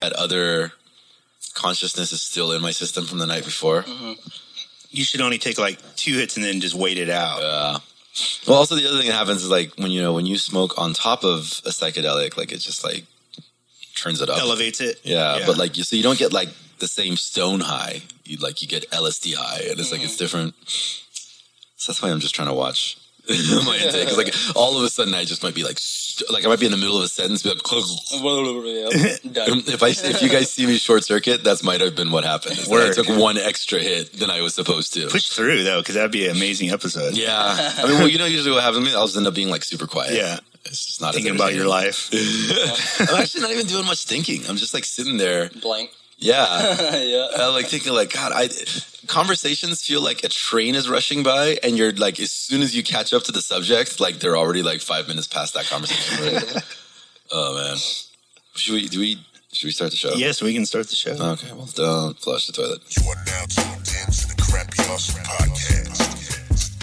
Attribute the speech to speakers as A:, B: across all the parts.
A: that other consciousness is still in my system from the night before.
B: You should only take like two hits and then just wait it out.
A: Yeah. Well, also the other thing that happens is like when you know when you smoke on top of a psychedelic, like it just like turns it up.
B: Elevates it.
A: yeah,
B: Yeah.
A: but like you, so you don't get like the same stone high. You like you get LSD high, and it's like it's different. So that's why I'm just trying to watch my intake. 'cause, like all of a sudden, I just might be like, st- like I might be in the middle of a sentence, be like,
C: Yeah, done.
A: Um, if I if you guys see me short circuit, that's might have been what happened. is that I
B: Word.
A: took one extra hit than I was supposed to.
B: Push through though, because that'd be an amazing episode.
A: Yeah, I mean, well, you know, usually what happens to me, I'll just end up being like super quiet.
B: Yeah.
A: it's just not
B: Thinking
A: entertaining.
B: about your life.
A: I'm actually not even doing much thinking. I'm just like sitting there.
C: Blank.
A: Yeah.
C: yeah. Uh,
A: I'm like thinking like God, I conversations feel like a train is rushing by and you're like as soon as you catch up to the subject, like they're already like five minutes past that conversation. Right? oh man. Should we do we should we start the show?
B: Yes, we can start the show.
A: Okay, well don't flush the toilet.
D: You are now tuned in to the Crappy Hustle Podcast.
E: What's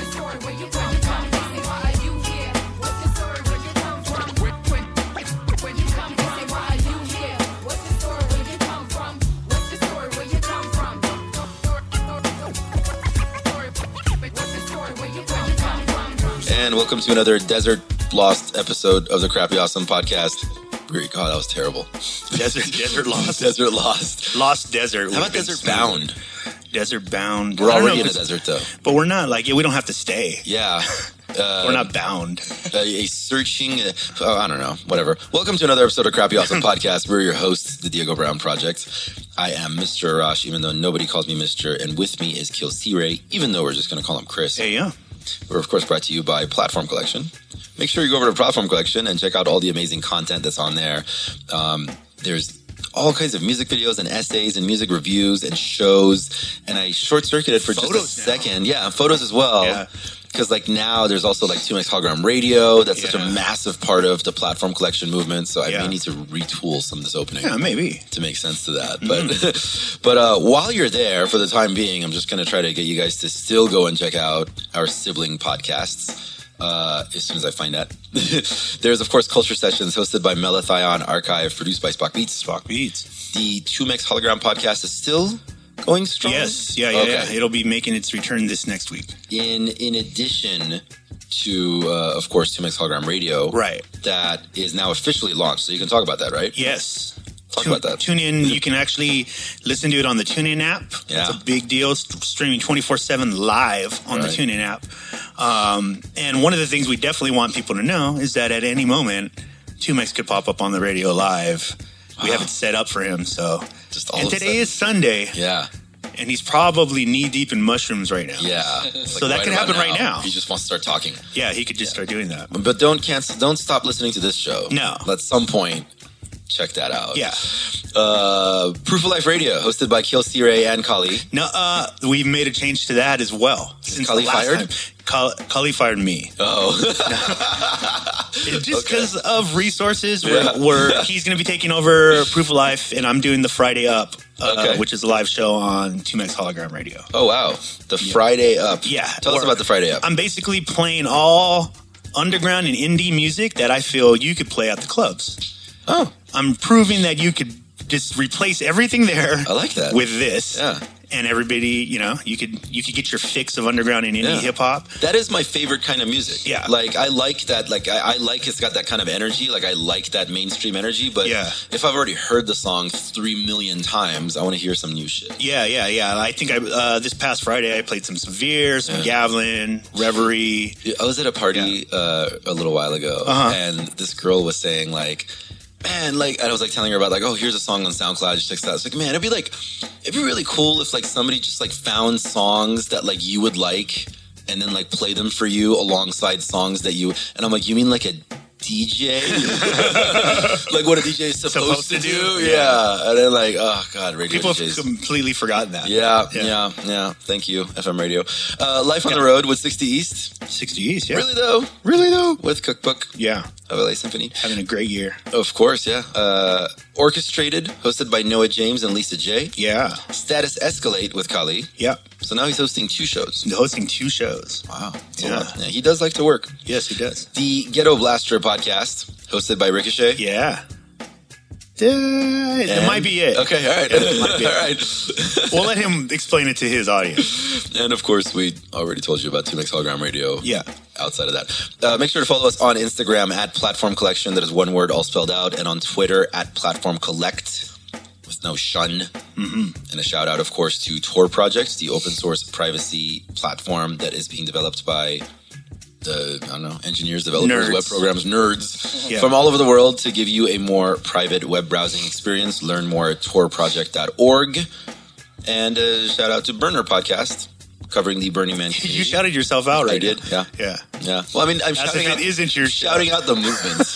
E: the story? Where you where you come from? Say, Why are you here? What's the story? Where you come from? Where, where, where you come from? Say, Why are you here? What's the story? Where you come from? What's the story? Where you come from? What's the story? Where you where you come from?
A: And welcome to another desert lost episode of the Crappy Awesome Podcast. Weird God, that was terrible.
B: Desert, desert lost.
A: desert lost.
B: Lost desert.
A: How about
B: would've been
A: desert
B: smooth.
A: bound?
B: Desert bound.
A: We're
B: I don't
A: already
B: know
A: in
B: if
A: a
B: it's-
A: desert though.
B: But we're not like yeah, we don't have to stay.
A: Yeah. Uh,
B: We're not bound.
A: a, a searching, uh, oh, I don't know, whatever. Welcome to another episode of Crappy Awesome Podcast. We're your hosts, the Diego Brown Project. I am Mr. Arash, even though nobody calls me Mr. And with me is Kill Ray, even though we're just going to call him Chris.
B: Hey, yeah.
A: We're, of course, brought to you by Platform Collection. Make sure you go over to Platform Collection and check out all the amazing content that's on there. Um, there's all kinds of music videos and essays and music reviews and shows. And I short circuited for
B: Photos
A: just a
B: now.
A: second. Yeah, photos as well.
B: Yeah.
A: Because like now there's also like 2X Hologram Radio. That's such a
B: Yeah.
A: massive part of the platform collection movement. So I may
B: Yeah.
A: need to retool some of this opening
B: Yeah, maybe.
A: to make sense to that. But
B: Mm-hmm.
A: but uh, while you're there, for the time being, I'm just going to try to get you guys to still go and check out our sibling podcasts. Uh, as soon as I find that, there's of course Culture Sessions hosted by Melathion Archive, produced by Spock Beats. Spock
B: Beats.
A: The Chumex Hologram podcast is still going strong.
B: Yes. Yeah, yeah, yeah. It'll be making its return this next week.
A: In in addition to uh, of course Chumex Hologram Radio,
B: Right.
A: That is now officially launched, so you can talk about that, right?
B: Yes.
A: Talk
B: Tu-
A: about that.
B: Tune in. You can actually listen to it on the TuneIn app.
A: Yeah.
B: It's a big deal. It's streaming 24 7 live on the
A: Right.
B: TuneIn app. Um, and one of the things we definitely want people to know is that at any moment, Tumex could pop up on the radio live. We have it set up for him. So,
A: Just all
B: and
A: of a
B: today
A: sudden.
B: is Sunday,
A: Yeah.
B: and he's probably knee deep in mushrooms right now.
A: Yeah. It's
B: So that could
A: about
B: happen right now.
A: He just wants to start talking.
B: Yeah, he could just start doing that.
A: But don't cancel don't stop listening to this show.
B: No.
A: At some point, check that out.
B: Yeah.
A: Uh Proof of Life Radio, hosted by Kiel C. Ray and Kali.
B: No, uh, we've made a change to that as well. Since
A: Kali
B: the last
A: fired?
B: time. Kal- Kali fired me.
A: Oh.
B: It- just because of resources we're, we're he's going to be taking over proof of life and i'm doing the friday up uh,
A: Okay.
B: which is a live show on 2max hologram radio
A: oh wow. The Friday Up.
B: Yeah.
A: Tell us
B: Or-
A: about the Friday Up.
B: i'm basically playing all underground and indie music that i feel you could play at the clubs
A: oh.
B: i'm proving that you could just replace everything there
A: I like that.
B: with this
A: Yeah.
B: and everybody you know you could you could get your fix of underground and indie
A: Yeah.
B: hip-hop
A: That is my favorite kind of music.
B: Yeah.
A: Like I like that. Like I, I like it's got that kind of energy. Like I like that mainstream energy. But
B: Yeah.
A: if I've already heard the song three million times, I want to hear some new shit.
B: Yeah, yeah, yeah. I think I uh, this past Friday I played some Severe, some Gavlin, Reverie.
A: I was at a party uh, a little while ago,
B: Uh-huh.
A: and this girl was saying like, "Man, like," and I was like telling her about like, "Oh, here's a song on SoundCloud." She checks it out. It's like, "Man, it'd be like, it'd be really cool if like somebody just like found songs that like you would like, and then like play them for you alongside songs that you." And I'm like, "You mean like a DJ? like what a DJ is supposed,
B: Supposed
A: to,
B: to
A: do?
B: do,
A: Yeah. And then like, oh god, radio
B: People have
A: DJs.
B: completely forgotten that.
A: yeah, yeah,
B: Yeah.
A: yeah, Thank you, FM radio. Uh, Life on the road with 60 East.
B: 60 East, yeah.
A: Really though? Really though? With Cookbook
B: Yeah.
A: of LA Symphony.
B: Having a great year.
A: Of course, yeah. Uh, orchestrated, hosted by Noah James and Lisa J.
B: Yeah.
A: Status Escalate with Kali.
B: Yeah.
A: So now he's hosting two shows.
B: Hosting two shows.
A: Wow. that's a
B: Yeah.
A: lot. Yeah, he does like to work.
B: Yes, he does.
A: The Ghetto Blaster podcast, hosted by Ricochet.
B: Yeah. That
A: And-
B: might be it.
A: Okay, all right,
B: might be it.
A: all right.
B: We'll let him explain it to his audience.
A: And of course, we already told you about Two Mix Hologram Radio.
B: Yeah.
A: Outside of that, uh, make sure to follow us on Instagram at Platform Collection. That is one word all spelled out, and on Twitter at Platform Collect with no shun.
B: Mm-hmm.
A: And a shout out, of course, to Tor Project, the open source privacy platform that is being developed by the I don't know engineers, developers,
B: Nerds.
A: web programs, nerds
B: Yeah.
A: from all over the world to give you a more private web browsing experience. Learn more at torproject.org. And uh, shout out to Burner Podcast covering the Burning Man community.
B: You shouted yourself out, right?
A: I did. Yeah.
B: Yeah.
A: Yeah. Well, I mean, I'm
B: As
A: shouting
B: if
A: out,
B: it isn't your show.
A: shouting out the movements.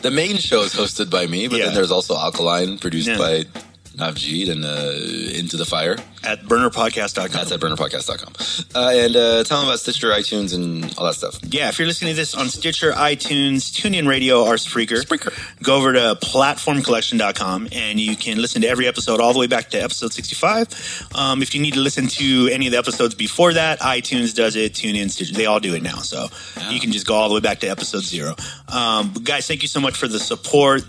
A: the main show is hosted by me, but
B: Yeah.
A: then there's also Alkaline, produced
B: Yeah.
A: by Navjeet and uh, Into the Fire.
B: At burnerpodcast.com.
A: That's at burnerpodcast.com. Uh, and uh, tell them about Stitcher, iTunes, and all that stuff.
B: Yeah, if you're listening to this on Stitcher, iTunes, TuneIn Radio, or Spreaker,
A: Spreaker.
B: go over to platformcollection.com and you can listen to every episode all the way back to episode 65. Um, if you need to listen to any of the episodes before that, iTunes does it, TuneIn, Stitcher, they all do it now. So you can just go all the way back to episode zero. Um, but guys, thank you so much for the support.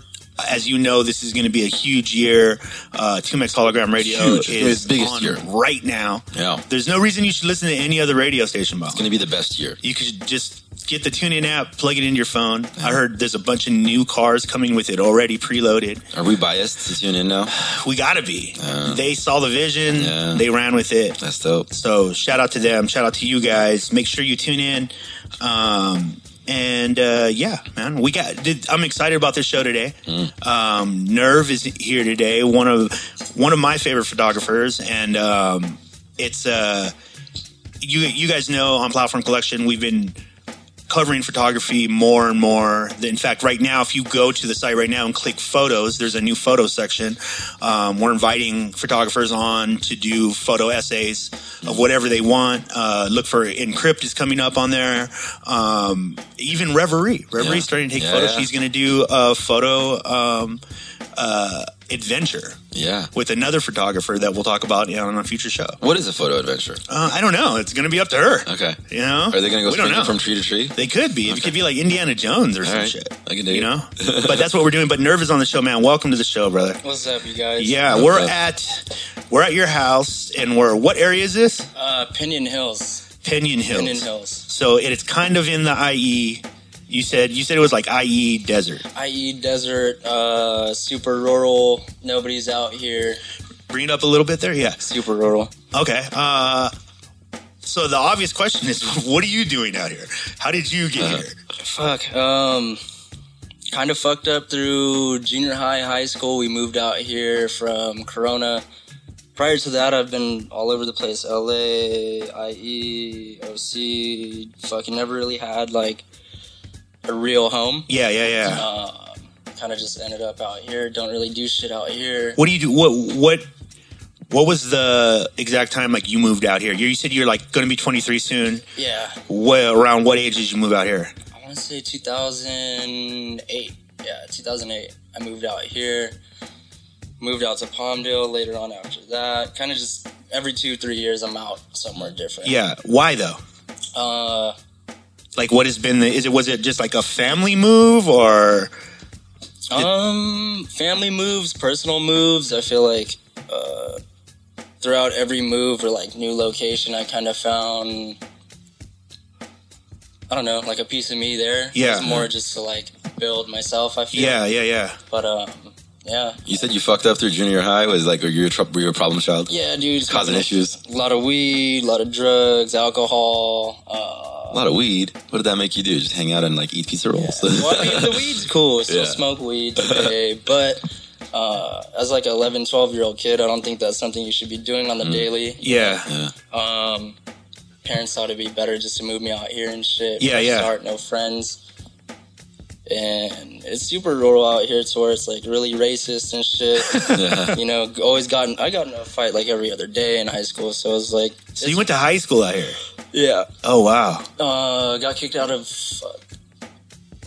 B: As you know, this is going to be a huge year. Uh, 2Max Hologram Radio
A: Huge. It's
B: is
A: the biggest
B: on
A: year.
B: right now.
A: Yeah.
B: There's no reason you should listen to any other radio station, Bob
A: It's going to be the best year.
B: you could just get the TuneIn app, plug it into your phone. I heard there's a bunch of new cars coming with it already preloaded.
A: Are we biased to tune in now?
B: We gotta be. they saw the vision.
A: Yeah.
B: They ran with it.
A: That's dope.
B: So shout out to them. Shout out to you guys. Make sure you tune in. Um, and uh, yeah, man, we got. Did, I'm excited about this show today. Um, Nerve is here today. One of one of my favorite photographers, and um, it's uh, you. You guys know on Platform Collection, we've been covering photography more and more. In fact, right now, if you go to the site right now and click photos, there's a new photo section. Um, we're inviting photographers on to do photo essays of whatever they want. Uh, look for Encrypt is coming up on there. Um, even Reverie. Reverie's
A: Yeah.
B: starting to take
A: Yeah,
B: photos.
A: yeah.
B: She's going to do a photo um, uh, adventure
A: Yeah.
B: with another photographer that we'll talk about on a future show.
A: What is a photo adventure?
B: Uh, I don't know. It's going to be up to her.
A: Okay.
B: You know?
A: Are they going to go
B: we don't
A: swinging
B: know.
A: from tree to tree?
B: They could be. It could be like Indiana Jones or some
A: right.
B: shit.
A: I can dig it.
B: you know. but that's what we're doing. But Nerve is on the show, man. Welcome to the show, brother.
C: What's up, you guys?
B: Yeah,
A: What's
B: we're
A: up?
B: at we're at your house, and we're what area is this?
C: Uh, Pinion Hills.
B: Pinion Hills.
C: Pinion Hills.
B: So it is kind of in the IE. You said you said it was like IE desert.
C: IE E desert, uh, super rural. Nobody's out here.
B: Bring it up a little bit there. Yeah.
C: Super rural.
B: Okay. Uh, so the obvious question is, what are you doing out here? How did you get
A: Uh-huh.
B: here?
C: Fuck. Um, kind of fucked up through junior high, high school. We moved out here from Corona. Prior to that, I've been all over the place: LA, IE, OC. E, Fucking never really had like a real home.
B: Yeah, yeah,
A: Uh,
B: yeah.
C: Um, kind of just ended up out here. Don't really do shit out here.
B: What do you do? What what what was the exact time like you moved out here? You you said you're like going to be 23 soon.
C: Yeah,
B: What around what age did you move out here?
C: I want to say 2008. Yeah, 2008. I moved out here. Moved out to Palmdale later on after that. Kind of just every two, three years, I'm out somewhere different.
B: Yeah. Why though?
C: Uh,
B: Like what has been the is it was it just like a family move or
C: um, family moves, personal moves. I feel like uh, throughout every move or like new location, I kind of found. I don't know, like a piece of me there.
B: Yeah.
C: It's more just to like build myself. I feel.
B: yeah, yeah, yeah.
C: But um, yeah,
A: You said you fucked up through junior high. Was like, were you a, tr- were you a problem child?
C: yeah, dude.
A: Causing issues.
C: a lot of weed, a lot of drugs, alcohol.
A: A
C: Uh,
A: lot of weed. What did that make you do? Just hang out and like eat pizza rolls?
C: well, I mean, the weed's cool.
A: Yeah.
C: Still smoke weed today, but uh, as like an 11, 12 year old kid, I don't think that's something you should be doing on the
A: Mm.
C: daily.
B: Yeah.
A: yeah.
C: Um, parents thought it'd be better just to move me out here and shit.
B: Yeah,
C: Fresh
B: yeah.
C: Start, no friends. And it's super rural out here, to where it's like really racist and shit.
A: Yeah.
C: you know, always gotten I got in a fight like every other day in high school, so it was like,
B: So you went to high school out here.
C: yeah,
B: Oh wow.
C: uh, got kicked out of uh,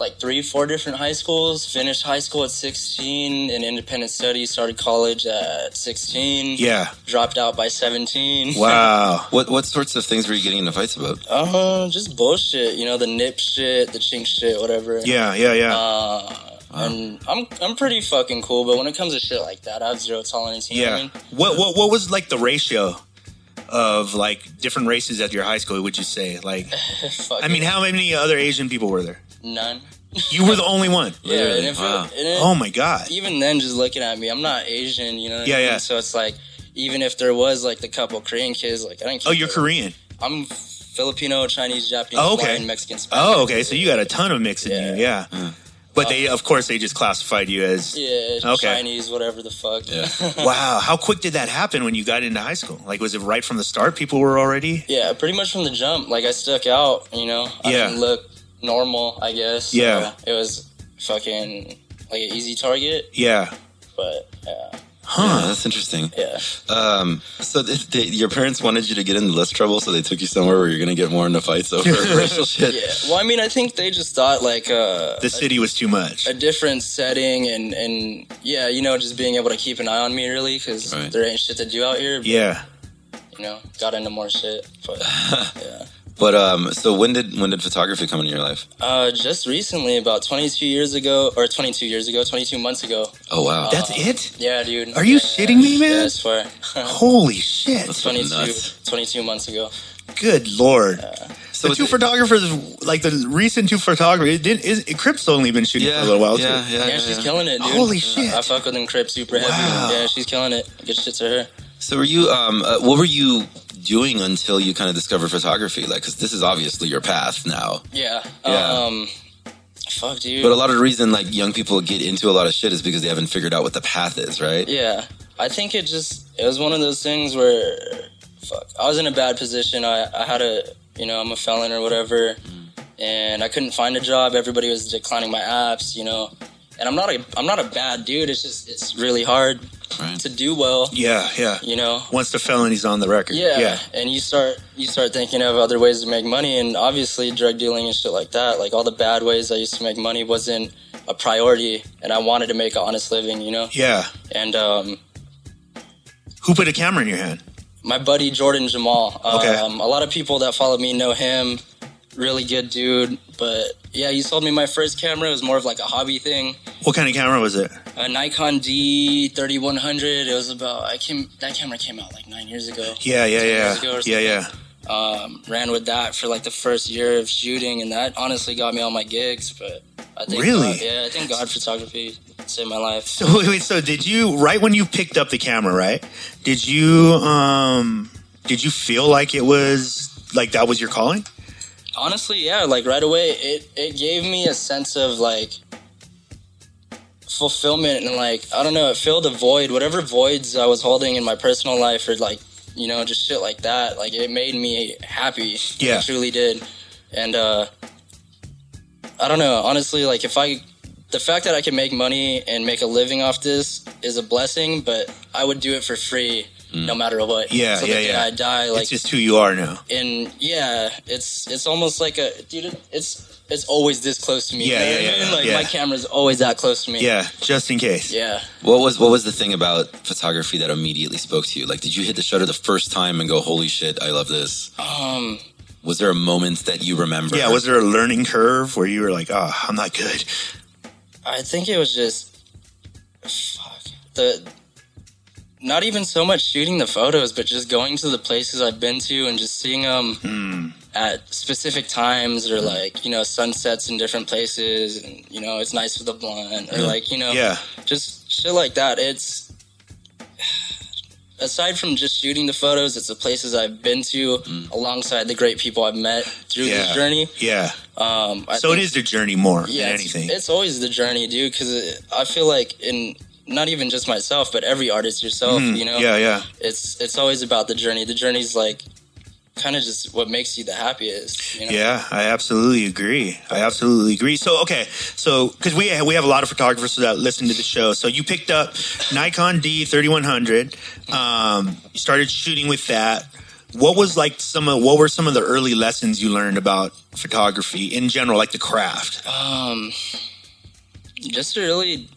C: like three, four different high schools. Finished high school at 16 in independent studies. Started college at 16.
B: Yeah.
C: Dropped out by 17.
B: Wow.
A: What what sorts of things were you getting into fights about?
C: Uh-huh, Uh, just bullshit. You know, the nip shit, the chink shit, whatever.
B: Yeah, yeah, yeah.
C: Uh,
B: Uh-huh.
C: And I'm I'm pretty fucking cool, but when it comes to shit like that, I have zero tolerance. You know what I
B: Yeah.
C: mean?
B: What what what was like the ratio of like different races at your high school? Would you say like?
C: Fuck
B: I mean, how many other Asian people were there?
C: none.
B: You were the only one.
C: Yeah, and if it-
A: Wow.
C: and it-
B: Oh my god.
C: even then, just looking at me, I'm not Asian. You know? what I
B: Yeah,
C: mean?
B: yeah.
C: So it's like, even if there was like the couple Korean kids, like I didn't.
B: Oh,
C: care.
B: you're Korean.
C: I'm Filipino, Chinese, Japanese,
B: Oh, okay.
C: Hawaiian, Mexican, Spanish.
B: Oh, okay. So you got a ton of mix in you. Yeah.
A: Mm.
B: But they, of course, they just classified you as.
C: Yeah,
B: Okay.
C: Chinese, whatever the fuck.
A: Yeah.
B: Wow. How quick did that happen when you got into high school? Like, was it right from the start? People were already.
C: Yeah, pretty much from the jump, like I stuck out, you know. I
B: Yeah.
C: didn't look normal, I guess. so
B: Yeah.
C: it was fucking like an easy target,
B: Yeah.
C: but yeah,
A: Yeah,
B: Huh.
A: that's interesting.
C: yeah.
A: Um, so th they, your parents wanted you to get into less trouble, so they took you somewhere where you're going to get more into fights over racial shit.
C: Yeah. Well, I mean, I think they just thought like uh,
B: The city was too much.
C: a different setting and and yeah, you know, just being able to keep an eye on me really because
A: Right.
C: there ain't shit to do out here.
B: Yeah.
C: You know, got into more shit, but yeah.
A: But um, so when did when did photography come into your life?
C: Uh, just recently, about 22 years ago, or 22 years ago, 22 months ago.
A: Oh wow,
B: That's it?
C: Yeah, dude.
B: Are you
C: Yeah,
B: shitting me, man?
C: Yeah, I swear.
B: Holy shit.
C: 22,
A: Nuts.
C: 22 months ago.
B: Good
A: so
B: lord. The
A: it's-
B: two photographers, like the recent two photographers, it didn't, is, Crip's only been shooting
A: yeah,
B: for a little while, too.
A: yeah, yeah,
C: Yeah,
A: yeah,
C: she's
A: yeah.
C: killing it, dude.
B: Holy shit.
C: I fuck with them Crips super heavy.
B: Wow.
C: Yeah, she's killing it. Good shit to her.
A: So were you? Um, uh, what were you doing until you kind of discovered photography? Like, because this is obviously your path now.
C: Yeah.
A: Yeah.
C: Um, fuck, dude.
A: But a lot of the reason like young people get into a lot of shit is because they haven't figured out what the path is, right?
C: yeah. I think it just, it was one of those things where, fuck, I was in a bad position. I, I had a, you know, I'm a felon or whatever.
A: Mm.
C: And I couldn't find a job. Everybody was declining my apps, you know. And I'm not a, I'm not a bad dude. It's just, it's really hard
A: Right.
C: to do well,
B: Yeah, yeah.
C: you know.
B: Once the felony's on the record.
C: Yeah,
B: Yeah.
C: and you start you start thinking of other ways to make money, and obviously drug dealing and shit like that. Like all the bad ways I used to make money wasn't a priority, and I wanted to make an honest living, you know.
B: Yeah.
C: And um,
B: Who put a camera in your hand?
C: my buddy Jordan Jamal, um,
B: Okay.
C: a lot of people that follow me know him. Really good dude, but yeah, he sold me my first camera. It was more of like a hobby thing,
B: What kind of camera was it?
C: a Nikon D thirty one hundred. It was about I came that camera came out like nine years ago.
B: Yeah, yeah,
C: years
B: yeah.
C: ago or
B: Yeah, yeah.
C: um, ran with that for like the first year of shooting, and that honestly got me all my gigs. But I think
B: Really?
C: God, yeah, I think God photography saved my life.
B: So wait, wait, so did you right when you picked up the camera, right? Did you um did you feel like it was like that was your calling?
C: Honestly, yeah, like right away, it it gave me a sense of like fulfillment and like I don't know, it filled a void, whatever voids I was holding in my personal life or like you know just shit like that. Like it made me happy.
B: Yeah.
C: it truly did. And uh, I don't know, honestly, like if I the fact that I can make money and make a living off this is a blessing, but I would do it for free no matter what.
B: Mm. Yeah,
C: so
B: yeah,
C: the day
B: yeah.
C: I die, like
B: it's just who you are now.
C: and yeah, it's it's almost like a dude. It's it's always this close to me.
B: Yeah,
C: You know
B: yeah,
C: what I
B: yeah,
C: mean? Like
B: yeah.
C: my camera's always that close to me.
B: Yeah, just in case.
C: yeah.
A: What was what was the thing about photography that immediately spoke to you? Like, did you hit the shutter the first time and go, "Holy shit, I love this"?
C: Um,
A: Was there a moment that you remember?
B: Yeah, was there a learning curve where you were like, "Oh, I'm not good."
C: I think it was just fuck the. Not even so much shooting the photos, but just going to the places I've been to and just seeing them
B: Hmm.
C: at specific times or like, you know, sunsets in different places and, you know, it's nice with a blunt or like, you know,
B: Mm. Yeah.
C: just shit like that. It's aside from just shooting the photos, it's the places I've been to alongside the great people I've met through
B: Mm. Yeah.
C: this journey.
B: Yeah.
C: Um, I
B: So it
C: think-
B: is the journey more
C: yeah,
B: than
C: it's-
B: anything.
C: It's, always the journey, dude. Because I feel like in not even just myself, but every artist yourself,
B: Mm,
C: you know,
B: Yeah, yeah.
C: it's it's always about the journey. The journey's like kind of just what makes you the happiest. You know?
B: Yeah, I absolutely agree. I absolutely agree. So okay, so because we we have a lot of photographers that listen to the show. So you picked up Nikon D thirty one hundred. Um, you started shooting with that. What was like some of what were some of the early lessons you learned about photography in general, like the craft?
C: um just to really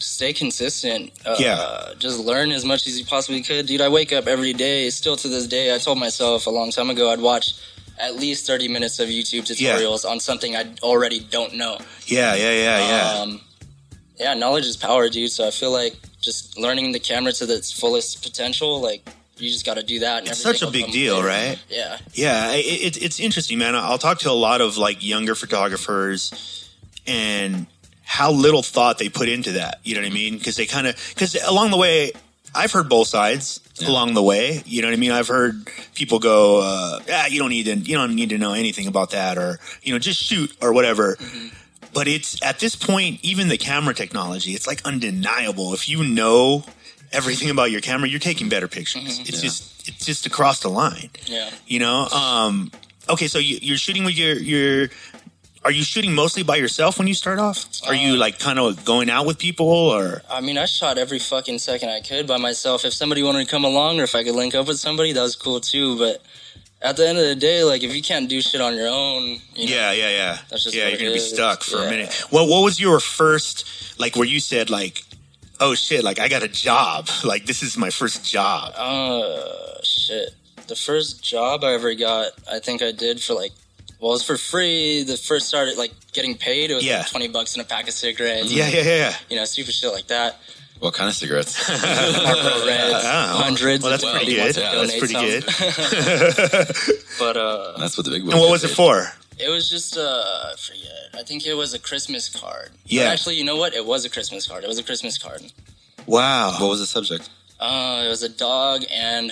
C: stay consistent uh,
B: Yeah.
C: just learn as much as you possibly could dude i wake up every day still to this day i told myself a long time ago i'd watch at least 30 minutes of youtube
B: Yeah.
C: tutorials on something i already don't know
B: Yeah, yeah, yeah, yeah.
C: um yeah, knowledge is power, dude. So I feel like just learning the camera to its fullest potential, like you just got to do that. And
B: It's
C: everything
B: such a
C: will
B: big
C: come
B: deal,
C: later.
B: right?
C: Yeah,
B: Yeah, it, it, it's interesting, man. I'll talk to a lot of like younger photographers and how little thought they put into that. You know what I mean? Because they kind of because along the way, I've heard both sides along the way. You know what I mean? I've heard people go, uh, "Ah, you don't need to, you don't need to know anything about that," or you know, just shoot or whatever. But it's at this point, even the camera technology, it's like undeniable. If you know everything about your camera, you're taking better pictures. It's just it's just across the line
C: yeah.
B: you know um okay so you, you're shooting with your your are you shooting mostly by yourself when you start off are you
C: Uh,
B: like kind of going out with people or
C: I mean, I shot every fucking second I could by myself. If somebody wanted to come along or if I could link up with somebody, that was cool too. But at the end of the day, like if you can't do shit on your own, you know,
B: yeah yeah yeah
C: That's just
B: yeah you're
C: what it
B: gonna be
C: is.
B: stuck for a
C: Yeah.
B: minute well what was your first like where you said like oh shit like i got a job like this is my first job
C: Uh, shit. The first job I ever got, I think I did for like, well, it was for free. The first started like getting paid. It was
B: Yeah.
C: like twenty bucks and a pack of cigarettes.
B: yeah yeah yeah, yeah
C: You know, stupid shit like that.
A: What kind of cigarettes?
C: Marlboro Reds,
B: Oh,
C: hundreds.
B: well, that's
C: if
B: pretty
C: anybody wants
B: good.
C: to
A: Yeah,
B: that's pretty
C: donate some. but uh,
A: That's what the big boy.
B: and what was it for
C: it was just uh, I forget. I think it was a Christmas card. But
B: Yeah.
C: actually, you know what? It was a Christmas card. It was a Christmas card.
A: What
B: wow
A: was the subject?
C: Uh, it was a dog and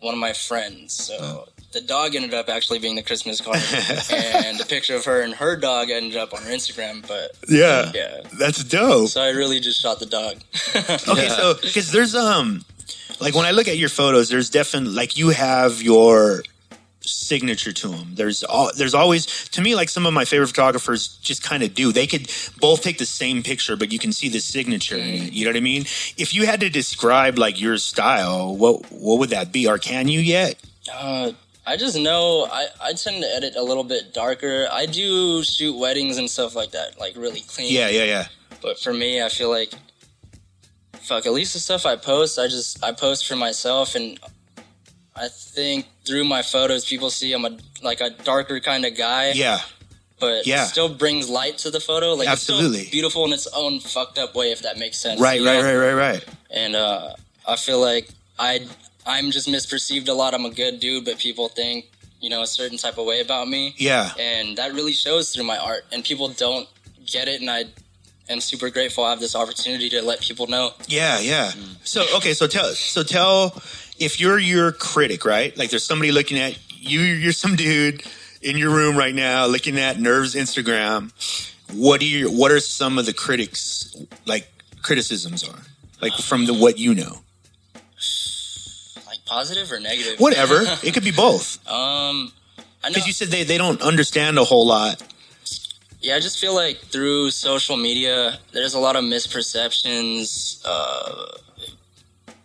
C: one of my friends. So
B: Oh.
C: the dog ended up actually being the Christmas card, and the picture of her and her dog ended up on her Instagram. But
B: yeah
C: yeah,
B: that's dope
C: so I really just shot the dog.
B: Okay, so because there's um, like when I look at your photos, there's definitely like you have your signature to them. There's all there's always to me like some of my favorite photographers just kind of do. They could both take the same picture, but you can see the signature. in it, You know what I mean? If you had to describe like your style, what what would that be? Or can you yet?
C: Uh, I just know I, I tend to edit a little bit darker. I do shoot weddings and stuff like that, like really clean.
B: Yeah, yeah, yeah.
C: But for me, I feel like, fuck, at least the stuff I post, I just, I post for myself. And I think through my photos, people see I'm a, like a darker kind of guy.
B: Yeah.
C: But
B: yeah.
C: it still brings light to the photo. Like, It's
B: Absolutely.
C: still beautiful in its own fucked up way, if that makes sense.
B: Right,
C: you
B: right,
C: know?
B: right, right, right.
C: and uh, I feel like I I'm just misperceived a lot. I'm a good dude, but people think you know a certain type of way about me,
B: Yeah.
C: and that really shows through my art. And people don't get it, and I am super grateful I have this opportunity to let people know.
B: Yeah, yeah.
C: Mm.
B: So okay, so tell so tell if you're your critic, right? Like there's somebody looking at you you're some dude in your room right now looking at Nerve's Instagram. What do you what are some of the critics like criticisms are? Like from the what you know.
C: Like positive or negative,
B: Whatever. It could be both.
C: Um, I know.
B: Because you said they, they don't understand a whole lot.
C: yeah, I just feel like through social media, there's a lot of misperceptions. Uh,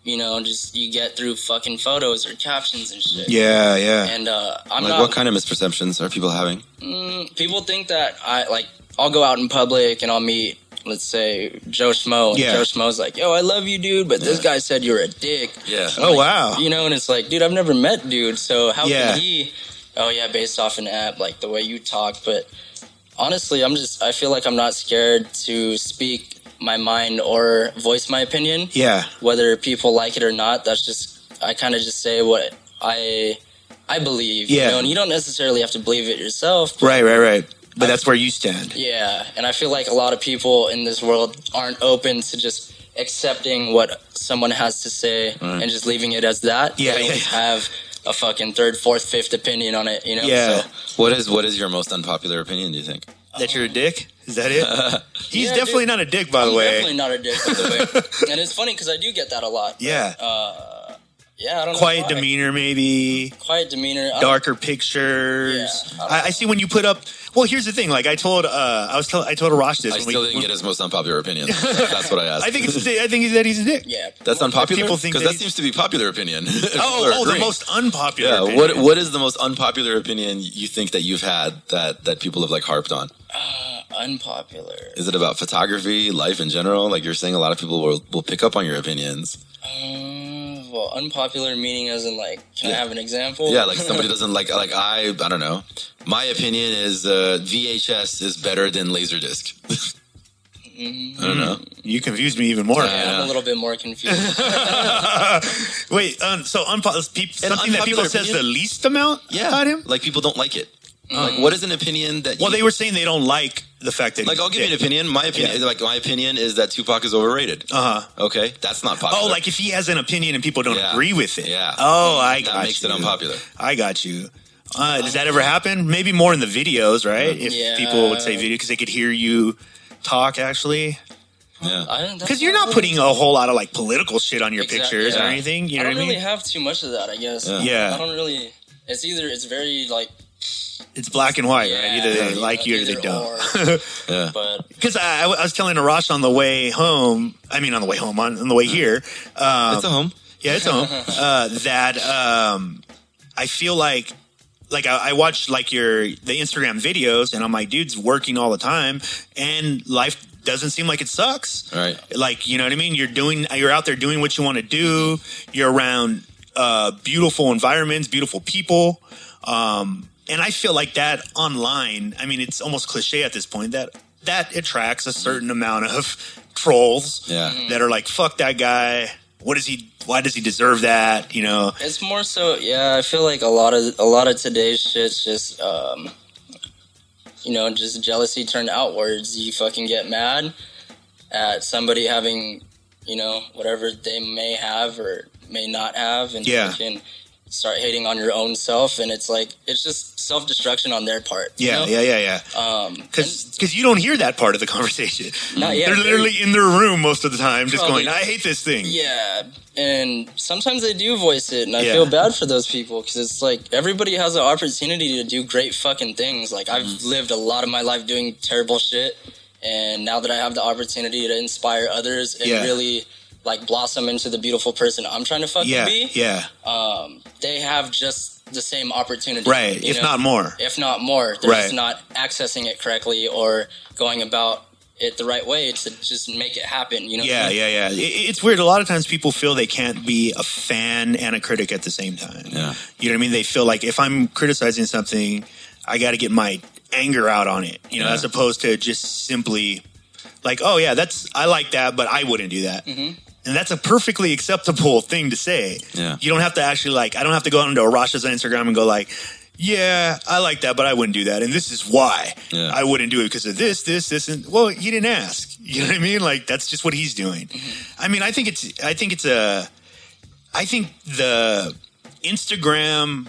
C: you know, just you get through fucking photos or captions and shit.
B: Yeah, yeah.
C: And uh, I'm
A: Like,
C: not.
A: what kind of misperceptions are people having?
C: Mm, people think that I like I'll go out in public and I'll meet, let's say Joe Schmo, and
B: Yeah.
C: Joe Schmo's like, "Yo, I love you, dude," but this guy said you're a dick.
A: Yeah.
B: Oh wow.
C: You know, and it's like, dude, I've never met dude, so how
B: Yeah.
C: can he? Oh yeah, based off an app, like the way you talk. But honestly, I'm just I feel like I'm not scared to speak my mind or voice my opinion
B: Yeah.
C: whether people like it or not that's just i kind of just say what i i believe
B: Yeah.
C: you know and you don't necessarily have to believe it yourself but
B: Right, right, right. But that's where you stand.
C: yeah and i feel like a lot of people in this world aren't open to just accepting what someone has to say and just leaving it as that
B: Mm. Yeah,
C: They
B: yeah,
C: always
B: yeah.
C: have a fucking third fourth fifth opinion on it you know
B: Yeah.
C: so
A: What is what is your most unpopular opinion? Do you think?
B: That you're a dick? Is that it? He's
C: Yeah,
B: definitely
C: dude.
B: not a dick, by the
C: I'm
B: way.
C: definitely not a dick by the way and it's funny because i do get that a lot but,
B: Yeah.
C: uh, yeah i don't know
B: quiet
C: why.
B: demeanor, maybe
C: quiet demeanor I don't-
B: darker pictures.
C: Yeah.
B: I, I see when you put up. Well, here's the thing. Like I told, uh, I was tell, I told Rosh this.
A: I
B: when
A: still
B: we,
A: didn't get his most unpopular opinion. That's what I asked.
B: I think it's. I think that he's a dick.
C: yeah
A: that's unpopular.
B: People think
A: because
B: that
A: that
B: he's-
A: seems to be popular opinion.
B: Oh, oh, the most unpopular.
A: Yeah.
B: opinion.
A: What What is the most unpopular opinion you think that you've had that that people have like harped on?
C: unpopular
A: Is it about photography, life in general? Like you're saying, a lot of people will, will pick up on your opinions.
C: Uh, well, unpopular meaning as in like, can
A: Yeah.
C: I have an example?
A: Yeah, like somebody doesn't like like I I don't know. My opinion is uh, VHS is better than Laserdisc. I don't know.
B: You confused me even more.
A: Yeah.
C: I'm a little bit more confused.
B: Wait, um, so unpo- peop-
A: An
B: something that people
A: unpopular
B: says the
A: opinion?
B: least amount
A: Yeah,
B: about him? Mm.
A: like people don't like it. Like, what is an opinion that?
B: Well,
A: you,
B: they were saying they don't like the fact that.
A: like. I'll give you an
B: that-
A: opinion. My opinion,
B: Yeah.
A: like my opinion, is that Tupac is overrated.
B: Uh-huh.
A: Okay, that's not popular.
B: Oh, like if he has an opinion and people don't
A: Yeah.
B: agree with it.
A: Yeah.
B: Oh, I
A: that
B: got
A: makes
B: you.
A: it unpopular.
B: I got you. Uh, does that ever happen? Maybe more in the videos, right? If
C: Yeah.
B: people would say video because they could hear you talk actually.
A: Yeah,
C: I don't- that's
B: Because you're not
C: really-
B: putting a whole lot of like political shit on your
C: Exact-
B: pictures or
C: yeah.
B: anything. You
C: I
B: know
C: don't
B: what I mean?
C: really have too much of that, I guess.
A: Yeah.
B: Yeah.
C: I don't really. It's either it's very like
B: it's black and white, right?
C: yeah,
B: Either they
C: yeah,
B: like you or they
C: either
B: don't.
C: or,
A: yeah.
C: but
B: Because I, I w- I was telling Arash on the way home. I mean, on the way home, on, on the way
C: Uh-huh.
B: here. Um,
A: It's a home.
B: yeah, it's home. Uh, that um, I feel like. Like I, I watch like your the Instagram videos, and I'm like, dude's working all the time, and life doesn't seem like it sucks.
A: All right.
B: like you know what i mean you're doing you're out there doing what you want to do you're around uh, beautiful environments beautiful people um, and i feel like that online i mean it's almost cliche at this point that that attracts a certain amount of trolls
A: Yeah.
C: Mm-hmm.
B: that are like fuck that guy what is he why does he deserve that you know
C: It's more so, yeah. I feel like a lot of a lot of today's shit's just, um, you know, just jealousy turned outwards. You fucking get mad at somebody having, you know, whatever they may have or may not have, and
B: Yeah.
C: fucking start hating on your own self. And it's like it's just self destruction on their part. you
B: yeah
C: know?
B: yeah yeah yeah
C: Um, and-
B: because you don't hear that part of the conversation
C: Not yet.
B: they're literally in their room most of the time just
C: Probably.
B: going i hate this thing
C: Yeah, and sometimes they do voice it, and I
B: Yeah.
C: feel bad for those people because it's like everybody has an opportunity to do great fucking things. Like I've
B: Mm.
C: lived a lot of my life doing terrible shit, and now that I have the opportunity to inspire others and
B: Yeah.
C: really like blossom into the beautiful person I'm trying to fucking
B: yeah
C: be,
B: yeah
C: um, they have just the same opportunity,
B: right
C: you
B: if
C: know?
B: not more
C: if not more, they're
B: Right.
C: just not accessing it correctly or going about it the right way to just make it happen. You know? what I
B: Yeah,
C: mean?
B: yeah, yeah. It, it's weird. A lot of times people feel they can't be a fan and a critic at the same time.
A: Yeah.
B: You know what I mean? They feel like if I'm criticizing something, I got to get my anger out on it, you know,
A: Yeah.
B: as opposed to just simply like, oh, yeah, that's, I like that, but I wouldn't do that. And that's a perfectly acceptable thing to say.
A: Yeah.
B: You don't have to actually like, I don't have to go onto Arash's on Instagram and go like, yeah, I like that, but I wouldn't do that. And this is why
A: Yeah.
B: I wouldn't do it because of this, this, this, and well, he didn't ask. You know what I mean? Like that's just what he's doing. I mean, I think it's, I think it's a, I think the Instagram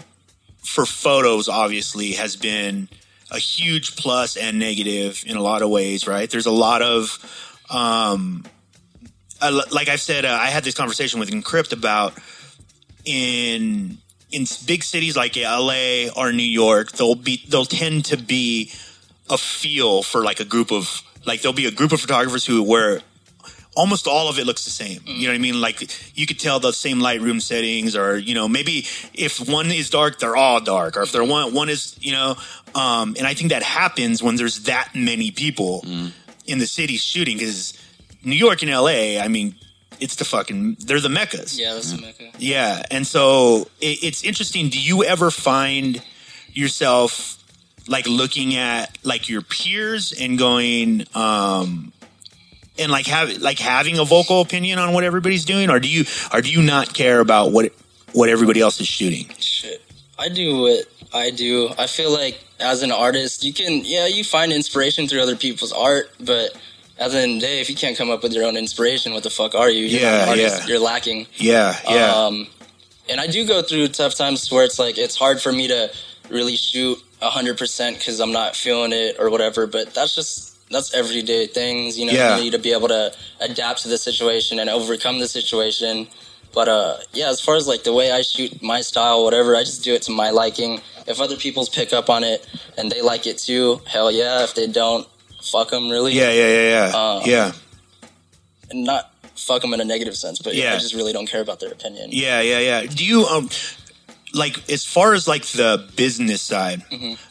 B: for photos obviously has been a huge plus and negative in a lot of ways, right? There's a lot of, um, I l like I've said, uh, I had this conversation with Encrypt about in in s- big cities like LA or New York, they'll be they'll tend to be a feel for like a group of like there'll be a group of photographers who where almost all of it looks the same. You know what I mean? Like you could tell the same Lightroom settings, or you know maybe if one is dark, they're all dark, or if they're one one is you know. Um, and I think that happens when there's that many people in the city shooting because New York and LA, I mean, it's the fucking they're the meccas.
C: Yeah, that's Mecca.
B: Yeah, and so it, it's interesting. Do you ever find yourself like looking at like your peers and going, um, and like have like having a vocal opinion on what everybody's doing, or do you or do you not care about what what everybody else is shooting?
C: Shit. I do what I do. I feel like as an artist, you can, yeah, you find inspiration through other people's art, but at the end of the day, if you can't come up with your own inspiration, what the fuck are you? You're
B: Yeah,
C: not an artist.
B: yeah.
C: You're lacking.
B: Yeah, yeah,
C: Um, and I do go through tough times where it's like, it's hard for me to really shoot 100% because I'm not feeling it or whatever, but that's just, that's everyday things, you know,
B: Yeah.
C: you need to be able to adapt to the situation and overcome the situation. But uh, yeah, as far as like the way I shoot my style, whatever, I just do it to my liking. If other people's pick up on it and they like it too, hell yeah. If they don't, fuck them, really.
B: yeah, yeah, yeah, yeah,
C: um,
B: yeah.
C: And not fuck them in a negative sense, but yeah,
B: Yeah.
C: I just really don't care about their opinion.
B: Yeah, yeah, yeah. Do you um like as far as like the business side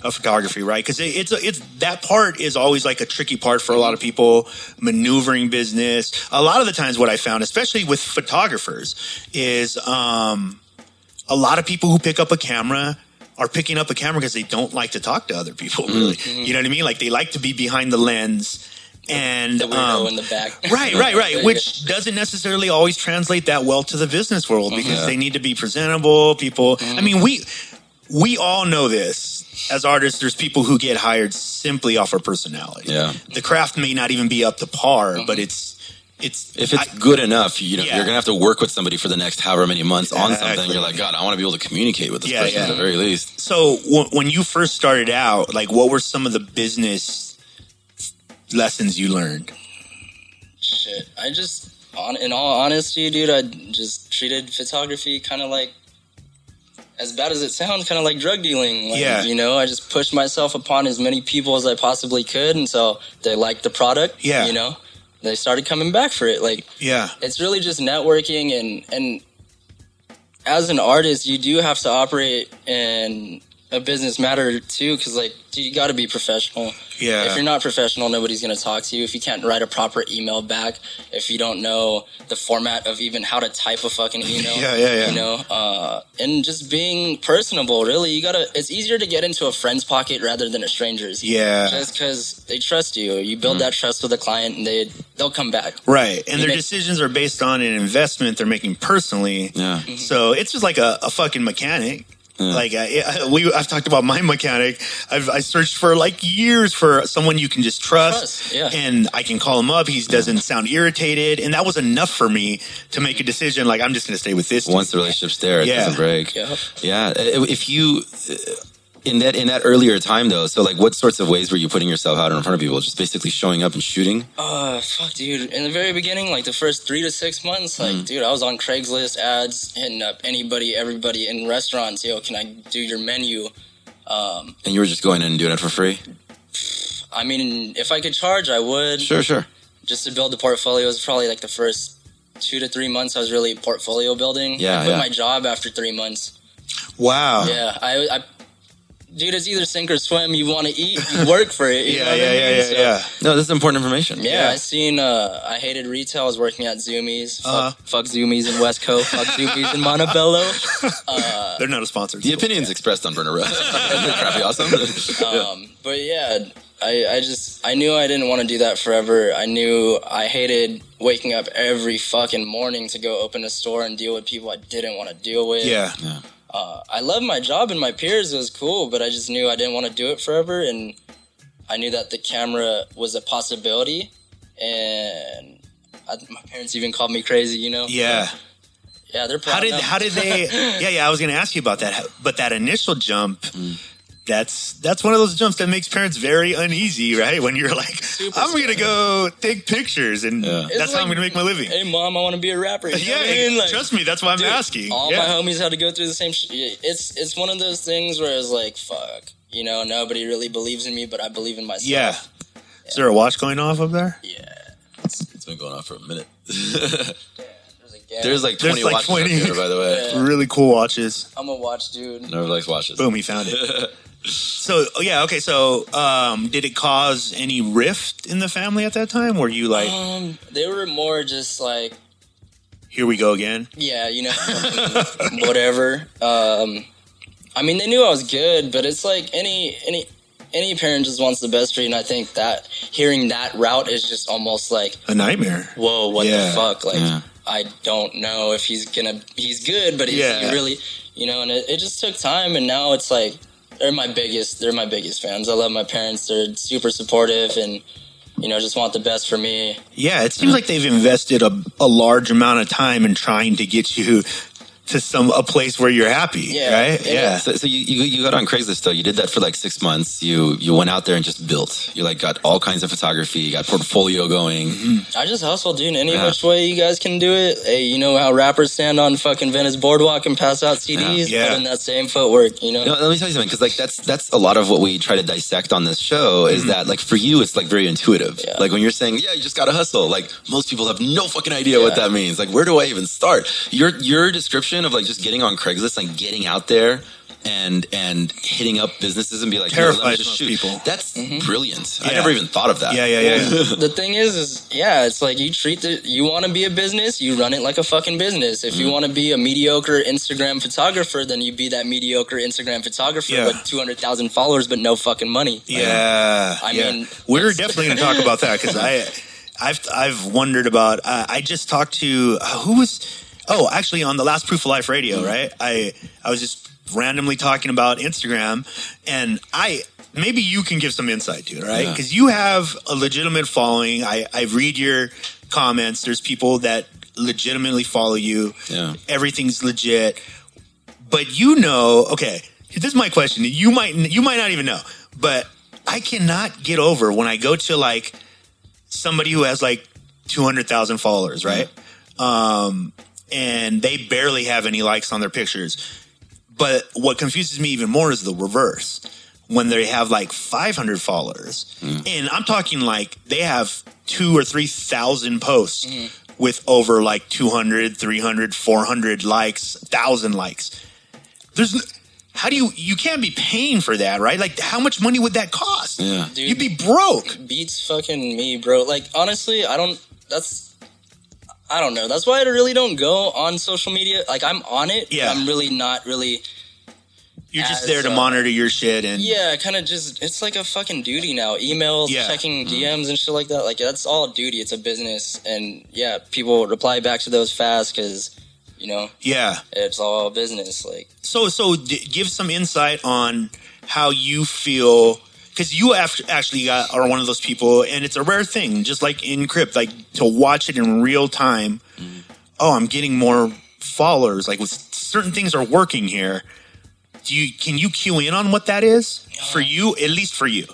B: of photography, right? Because it, it's a, it's that part is always like a tricky part for a lot of people maneuvering business. A lot of the times, what I found, especially with photographers, is um a lot of people who pick up a camera. Are picking up a camera because they don't like to talk to other people, really. You know what I mean? Like they like to be behind the lens and
C: The weirdo
B: um,
C: in the back.
B: right, right, right.
C: Yeah.
B: Which doesn't necessarily always translate that well to the business world because
A: Yeah.
B: they need to be presentable. People, I mean, we we all know this as artists. There's people who get hired simply off of personality.
A: Yeah. Mm-hmm.
B: the craft may not even be up to par, but it's it's
A: If it's
B: I-
A: good enough, you know,
B: Yeah.
A: you're gonna have to work with somebody for the next however many months on something.
B: Exactly.
A: You're like, God, I want to be able to communicate with this
B: Yeah,
A: person at
B: yeah.
A: the very least.
B: So w- when you first started out, like what were some of the business lessons you learned?
C: Shit. I just, on, in all honesty, dude, I just treated photography kind of like, as bad as it sounds, kind of like drug dealing. Like,
B: Yeah.
C: You know, I just pushed myself upon as many people as I possibly could until they liked the product.
B: Yeah.
C: You know, they started coming back for it. Like,
B: Yeah,
C: it's really just networking and and as an artist you do have to operate in a business matter too because like dude, you got to be professional if you're
B: yeah,
C: not professional nobody's going to talk to you if you can't write a proper email back if you don't know the format of even how to type a fucking email
B: Yeah, yeah, yeah.
C: you know uh, and just being personable really you gotta it's easier to get into a friend's pocket rather than a stranger's
B: yeah.
C: just because they trust you you build that trust with a client and they they'll come back
B: Right, and their
C: make-
B: decisions are based on an investment they're making personally.
A: Yeah,
B: So it's just like a, a fucking mechanic.
A: Yeah.
B: Like I, I, we, I've talked about my mechanic. I've I searched for like years for someone you can just trust,
C: Trust, yeah.
B: and I can call him up. He doesn't sound irritated, and that was enough for me to make a decision. Like I'm just going to stay with this.
A: once the relationship's there, it
B: Yeah.
A: doesn't break.
C: yeah
A: Yeah, if you uh, in that in that earlier time though, so like what sorts of ways were you putting yourself out in front of people? Just basically showing up and shooting.
C: Uh, fuck, dude. In the very beginning, like the first three to six months, like, dude, I was on Craigslist ads, hitting up anybody, everybody in restaurants. Yo, can I do your menu? Um,
A: And you were just going in and doing it for free.
C: I mean, if I could charge, I would.
A: Sure, sure.
C: Just to build the portfolio is probably like the first two to three months. I was really portfolio building.
A: Yeah,
C: I quit
A: yeah.
C: my job after three months.
B: Wow.
C: Yeah, I, I, dude, it's either sink or swim. You want to eat, you work for it. You know
B: Yeah,
C: what I
B: yeah, yeah,
C: mean?
B: yeah,
C: So-
B: yeah.
A: No, this is important information.
C: Yeah,
B: Yeah.
C: I seen. Uh, I hated retail. I was working at Zoomies. Fuck,
B: Uh-huh.
C: fuck Zoomies in West Coast. fuck Zoomies in Montebello.
B: They're not a sponsor.
A: The opinions expressed on Burner Road. Crappy awesome. Yeah.
C: Um, but yeah, I, I just I knew I didn't want to do that forever. I knew I hated waking up every fucking morning to go open a store and deal with people I didn't want to deal with.
B: Yeah.
A: Yeah.
C: Uh, I loved my job and my peers. It was cool, but I just knew I didn't want to do it forever, and I knew that the camera was a possibility. And I, my parents even called me crazy. You know.
B: Yeah.
C: Yeah, they're proud
B: How did
C: now.
B: how did they Yeah, yeah, I was going to ask you about that. How- But that initial jump that's that's one of those jumps that makes parents very uneasy, right? When you're like I'm going to go take pictures and
A: Yeah.
B: that's how I'm going
C: like-
B: to make my living.
C: Hey, mom, I want to be a rapper. You know
B: yeah,
C: what I mean? Like,
B: trust me, that's why I'm
C: dude,
B: asking.
C: All
B: yeah.
C: my homies had to go through the same shit. It's it's one of those things where it's like, fuck, you know, nobody really believes in me, but I believe in myself.
B: yeah. Is there a watch going off up there?
C: yeah.
A: It's been going on for a minute.
C: There's a gang.
A: There's like
B: There's
A: 20
B: like
A: watches
B: 20.
A: up here, by the way.
B: Really cool watches.
C: I'm a watch dude.
A: Never likes watches.
B: Boom, he found it. so, oh, yeah, okay. So, um, did it cause any rift in the family at that time? Were you like,
C: Um, they were more just like,
B: here we go again?
C: yeah, you know, whatever. Um, I mean, they knew I was good, but it's like any any any parent just wants the best for you, and I think that hearing that route is just almost like
B: A nightmare.
C: whoa, what
B: Yeah.
C: the fuck? Like,
A: Yeah.
C: I don't know if he's gonna, he's good, but is
B: Yeah.
C: he really, you know, and it, it just took time. And now it's like, they're my biggest, they're my biggest fans. I love my parents. They're super supportive and, you know, just want the best for me.
B: Yeah, it seems like they've invested a, a large amount of time in trying to get you to some a place where you're happy,
C: Yeah.
B: right?
C: Yeah.
B: Yeah.
A: So, so you, you you got on Craigslist though. You did that for like six months. You you went out there and just built. You like got all kinds of photography. You got portfolio going.
B: Mm-hmm.
C: I just hustle, dude. Any
A: Yeah.
C: which way you guys can do it. Hey, you know how rappers stand on fucking Venice Boardwalk and pass out CDs?
B: Yeah.
C: Put in that same footwork, you know?
A: No, let me tell you something because like that's that's a lot of what we try to dissect on this show is
B: Mm-hmm.
A: that like for you it's like very intuitive.
C: Yeah.
A: Like when you're saying yeah, you just gotta hustle. Like most people have no fucking idea what
C: Yeah.
A: that means. Like where do I even start? Your your description of like just getting on Craigslist and getting out there and and hitting up businesses and be like, "Yo, let me
B: Terrifies
A: just
B: most
A: shoot."
B: people.
A: That's
C: Mm-hmm.
A: brilliant. I
B: Yeah.
A: never even thought of that.
B: Yeah, yeah, yeah. yeah.
C: the thing is, is yeah, it's like you treat the you want to be a business, you run it like a fucking business. If
B: Mm.
C: you want to be a mediocre Instagram photographer, then you be that mediocre Instagram photographer
B: Yeah.
C: with two hundred thousand followers but no fucking money.
B: Yeah,
C: I
B: yeah.
C: mean,
B: we're definitely going to talk about that because I, I've I've wondered about. I I just talked to uh, who was. Oh, actually, on the last Proof of Life Radio,
C: Mm-hmm.
B: right? I I was just randomly talking about Instagram, and I maybe you can give some insight to it, right?
A: Yeah.
B: Because you have a legitimate following. I I read your comments. There's people that legitimately follow you.
A: Yeah.
B: Everything's legit but you know, okay, this is my question. You might you might not even know, but I cannot get over when I go to like somebody who has like 200,000 followers, right? Um and they barely have any likes on their pictures. But what confuses me even more is the reverse. When they have like 500 followers, and I'm talking like they have two or 3,000 posts with over like 200, 300, 400 likes, 1,000 likes there's n- how do you you can't be paying for that right like how much money would that cost
A: Yeah.
C: Dude.
B: you'd be broke
C: beats fucking me, bro. Like honestly, I don't. That's I don't know. That's why I really don't go on social media. Like I'm on it. but
B: Yeah.
C: I'm really not really.
B: you're just
C: As,
B: there to
C: uh,
B: monitor your shit and
C: Yeah, kind of just it's like a fucking duty now. Emails,
B: Yeah.
C: checking
A: Mm-hmm.
C: DMs and shit like that. Like that's all duty. It's a business, and yeah, people reply back to those fast because you know
B: yeah
C: it's all business. Like
B: so so d- give some insight on how you feel because you act- actually got, are one of those people and it's a rare thing just like in crypt like to watch it in real time oh i'm getting more followers like with certain things are working here do you can you cue in on what that is for you at least for you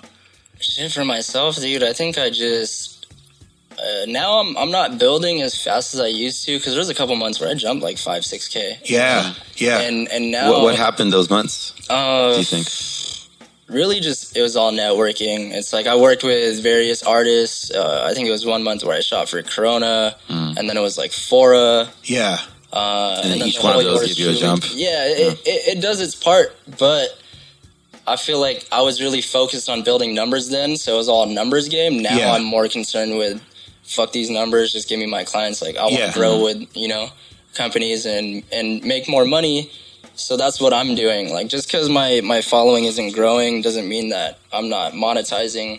C: Shit for myself, dude. I think I just uh, now I'm I'm not building as fast as I used to because there was a couple months where I jumped like five six k.
B: yeah yeah
C: And and now
A: What, what happened those months?
C: Uh,
A: Do you think?
C: Really, just it was all networking. It's like I worked with various artists. Uh, I think it was one month where I shot for Corona, and then it was like Fora.
B: yeah
C: Uh,
A: And
C: then
A: each
C: the
A: one of
C: Holy
A: those
C: Orders
A: give you a
C: Truly-
A: jump.
C: Yeah, it, it, it does its part, but I feel like I was really focused on building numbers then, so it was all a numbers game. Now
B: Yeah.
C: I'm more concerned with fuck these numbers, just give me my clients. Like I want to
B: Yeah.
C: grow with you know companies and and make more money. So that's what I'm doing. Like just because my my following isn't growing doesn't mean that I'm not monetizing.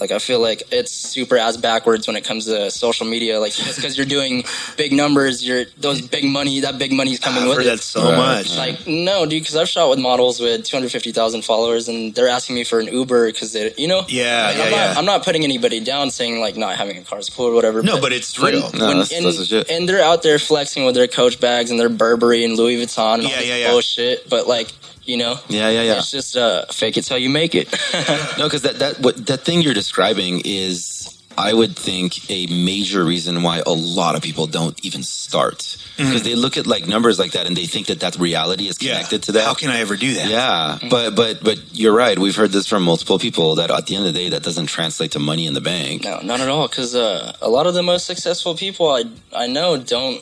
C: Like I feel like it's super ass backwards when it comes to social media. Like just because you're doing big numbers, you're those big money. That big money's coming
B: I've
C: with
B: heard
C: it.
B: that so
A: Right.
B: much.
C: Like no, dude, because I've shot with models with 250,000 followers, and they're asking me for an Uber because they, you know,
B: Yeah,
C: Like,
B: yeah,
C: I'm, not,
B: yeah.
C: I'm not putting anybody down, saying like not having a car is cool or whatever.
B: no, but it's real.
A: No,
C: when-
A: that's,
C: and,
A: that's legit.
C: and they're out there flexing with their Coach bags and their Burberry and Louis Vuitton and
B: Yeah,
C: all this
B: yeah, yeah.
C: bullshit. But like, you know,
A: yeah, yeah, yeah.
C: it's just uh, fake it till you make it.
A: No, because that that what that thing you're describing is, I would think, a major reason why a lot of people don't even start because they look at like numbers like that and they think that that reality is
B: Mm-hmm. yeah.
A: connected to that.
B: How can I ever do that?
A: yeah, but but but you're right. We've heard this from multiple people that at the end of the day, that doesn't translate to money in the bank.
C: no, not at all. Because uh, a lot of the most successful people I I know don't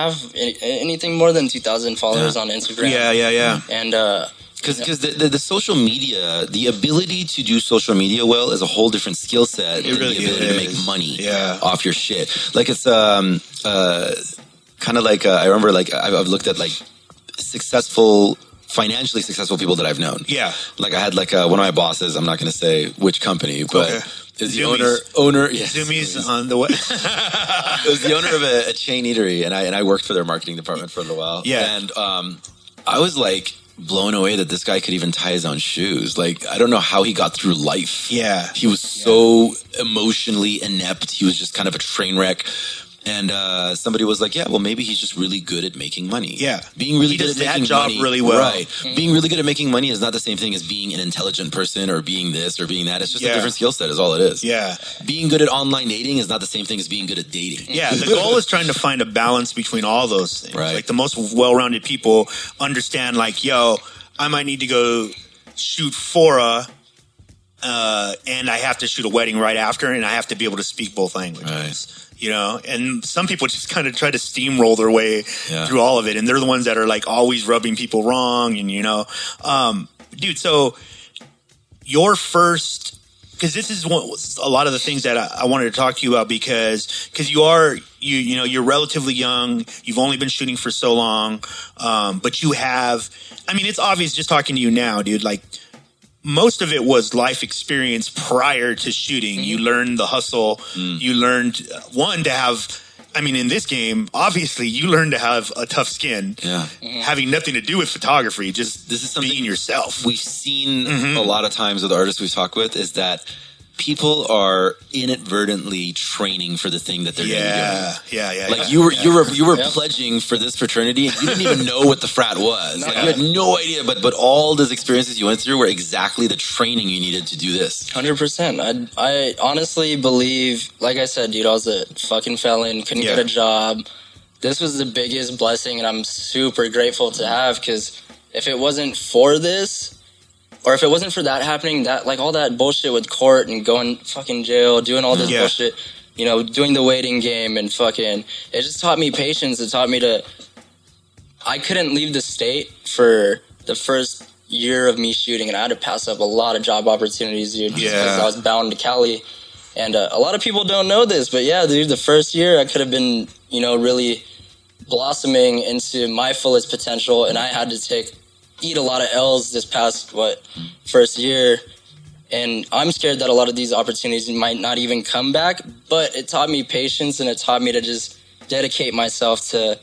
C: have any, anything more than 2,000 followers on Instagram.
B: yeah, yeah, yeah.
C: and uh,
A: because because the, the, the social media the ability to do social media well is a whole different skill set than
B: really
A: the ability to
B: is.
A: make money
B: Yeah.
A: off your shit like it's um uh kind of like uh, i remember like I've, I've looked at like successful financially successful people that i've known
B: Yeah.
A: like i had like uh, one of my bosses i'm not going to say which company but
B: Okay.
A: is the
B: Zoomies.
A: owner owner yes,
B: Zoomies on the way.
A: it was the owner of a, a chain eatery, and I and I worked for their marketing department for a little while.
B: Yeah.
A: and um, I was like blown away that this guy could even tie his own shoes. Like I don't know how he got through life.
B: Yeah.
A: he was so emotionally inept. He was just kind of a train wreck. And uh, somebody was like, "Yeah, well, maybe he's just really good at making money.
B: Yeah.
A: being really
B: He
A: good
B: does
A: at
B: that
A: making
B: job
A: money,
B: really well.
A: Right, being really good at making money is not the same thing as being an intelligent person or being this or being that. It's just
B: Yeah.
A: a different skill set. Is all it is.
B: yeah.
A: Being good at online dating is not the same thing as being good at dating.
B: Yeah. The goal is trying to find a balance between all those things.
A: Right.
B: Like the most well rounded people understand, like, yo, I might need to go shoot Fora. Uh, and I have to shoot a wedding right after, and I have to be able to speak both languages. you know, and some people just kind of try to steamroll their way
A: Yeah.
B: through all of it, and they're the ones that are like always rubbing people wrong, and you know, um, dude. So your first because this is one, a lot of the things that I, I wanted to talk to you about because because you are you you know you're relatively young you've only been shooting for so long um, but you have I mean it's obvious just talking to you now dude like most of it was life experience prior to shooting you
A: Mm-hmm.
B: learned the hustle
A: Mm.
B: you learned uh, one to have I mean in this game obviously you learned to have a tough skin
A: Yeah.
B: having nothing to do with photography just
A: This is something-
B: being yourself
A: we've seen
B: Mm-hmm.
A: a lot of times with artists we've talked with is that people are inadvertently training for the thing that they're gonna be
B: yeah,
A: doing.
B: yeah, yeah. yeah.
A: Like you were, you were, you were
C: Yep.
A: pledging for this fraternity, and you didn't even know what the frat was. Like you had no idea. But but all those experiences you went through were exactly the training you needed to do this.
C: Hundred percent. I I honestly believe, like I said, dude, I was a fucking felon, couldn't
B: Yeah.
C: get a job. This was the biggest blessing, and I'm super grateful to have because if it wasn't for this, or if it wasn't for that happening, that like all that bullshit with court and going fucking jail, doing all this
B: Yeah.
C: bullshit, you know, doing the waiting game and fucking, it just taught me patience. It taught me to. I couldn't leave the state for the first year of me shooting, and I had to pass up a lot of job opportunities, dude, just
B: Yeah.
C: because I was bound to Cali. And uh, a lot of people don't know this, but yeah, dude, the first year I could have been, you know, really blossoming into my fullest potential, and I had to take eat a lot of L's this past what first year. And I'm scared that a lot of these opportunities might not even come back, but it taught me patience and it taught me to just dedicate myself to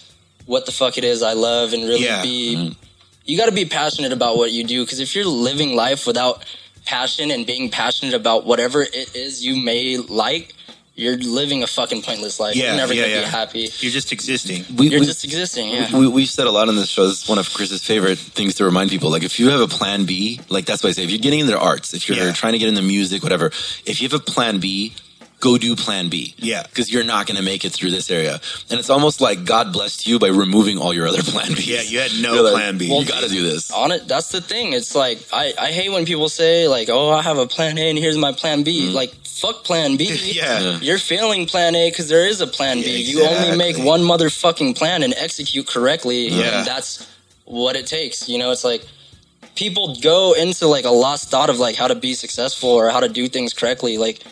C: what the fuck it is I love and really
B: Yeah. Mm-hmm.
C: be you got to be passionate about what you do because if you're living life without passion and being passionate about whatever it is you may like, you're living a fucking pointless life.
B: Yeah,
C: you're never
B: yeah,
C: gonna
B: yeah.
C: be happy.
B: You're just existing.
A: We,
C: You're
A: we-
C: just existing. Yeah.
A: we, we've said a lot on this show. This is one of Chris's favorite things to remind people. Like, if you have a plan B, like that's why I say, if you're getting into the arts, if you're
B: Yeah.
A: trying to get into music, whatever, if you have a plan B, go do plan B.
B: Yeah.
A: Because you're not going to make it through this area. And it's almost like God blessed you by removing all your other plan Bs.
B: Yeah, you had no
A: You're like,
B: plan B.
A: You got to do this.
C: on it that's the thing it's like I, I hate when people say like oh i have a plan a and here's my plan b like fuck plan b
B: Yeah.
C: you're failing plan a because there is a plan b you only make
B: Exactly.
C: one motherfucking plan and execute correctly
B: Yeah.
C: and that's what it takes you know it's like people go into like a lost thought of like how to be successful or how to do things correctly like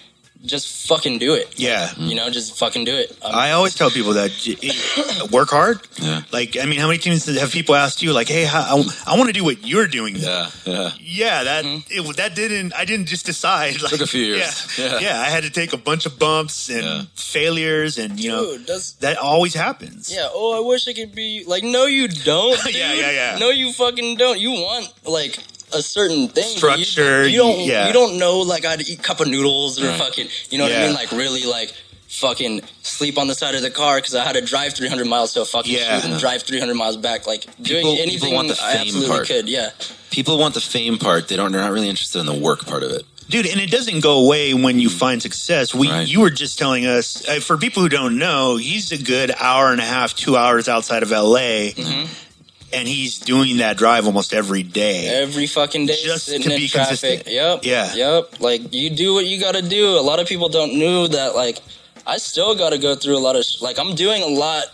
C: just fucking do it
B: yeah.
C: you know just fucking do it Um,
B: I always tell people that j- it- work hard.
A: Yeah.
B: Like, I mean, how many times have people asked you, like, "Hey, how, I, want to do what you're doing"?
A: Yeah, yeah.
B: Yeah, that
C: Mm-hmm.
B: it, that didn't. I didn't just decide. Like,
A: Took a few years.
B: Yeah,
A: Yeah.
B: yeah, I had to take a bunch of bumps and
A: Yeah.
B: failures, and you know
C: dude that's
B: that always happens.
C: Yeah. Oh, I wish I could be like. No, you don't. Dude.
B: Yeah, yeah, yeah.
C: No, you fucking don't. You want like a certain thing but you-
B: Structure,
C: You, don't.
B: yeah. Mm.
C: You don't know like I'd eat cup of noodles or
A: Right.
C: fucking. You know what
B: Yeah.
C: I mean? Like really like fucking sleep on the side of the car because I had to drive 300 miles to a fucking
B: Yeah.
C: shoot and drive 300 miles back. Like doing
A: People- people
C: anything
A: want the
C: I
A: fame
C: absolutely
A: part.
C: could. Yeah.
A: People want the fame part. They don't. They're not really interested in the work part of it.
B: dude and it doesn't go away when you find success we
A: Mm. Right.
B: you were just telling us uh, for people who don't know he's a good hour and a half two hours outside of la
C: Mm-hmm.
B: and he's doing that drive almost every day
C: Every fucking day,
B: Just
C: sitting
B: to
C: in
B: be
C: traffic.
B: consistent.
C: Yep.
B: Yeah.
C: Yep. Like you do what you got to do. A lot of people don't know that. Like I still got to go through a lot of. Sh- like I'm doing a lot.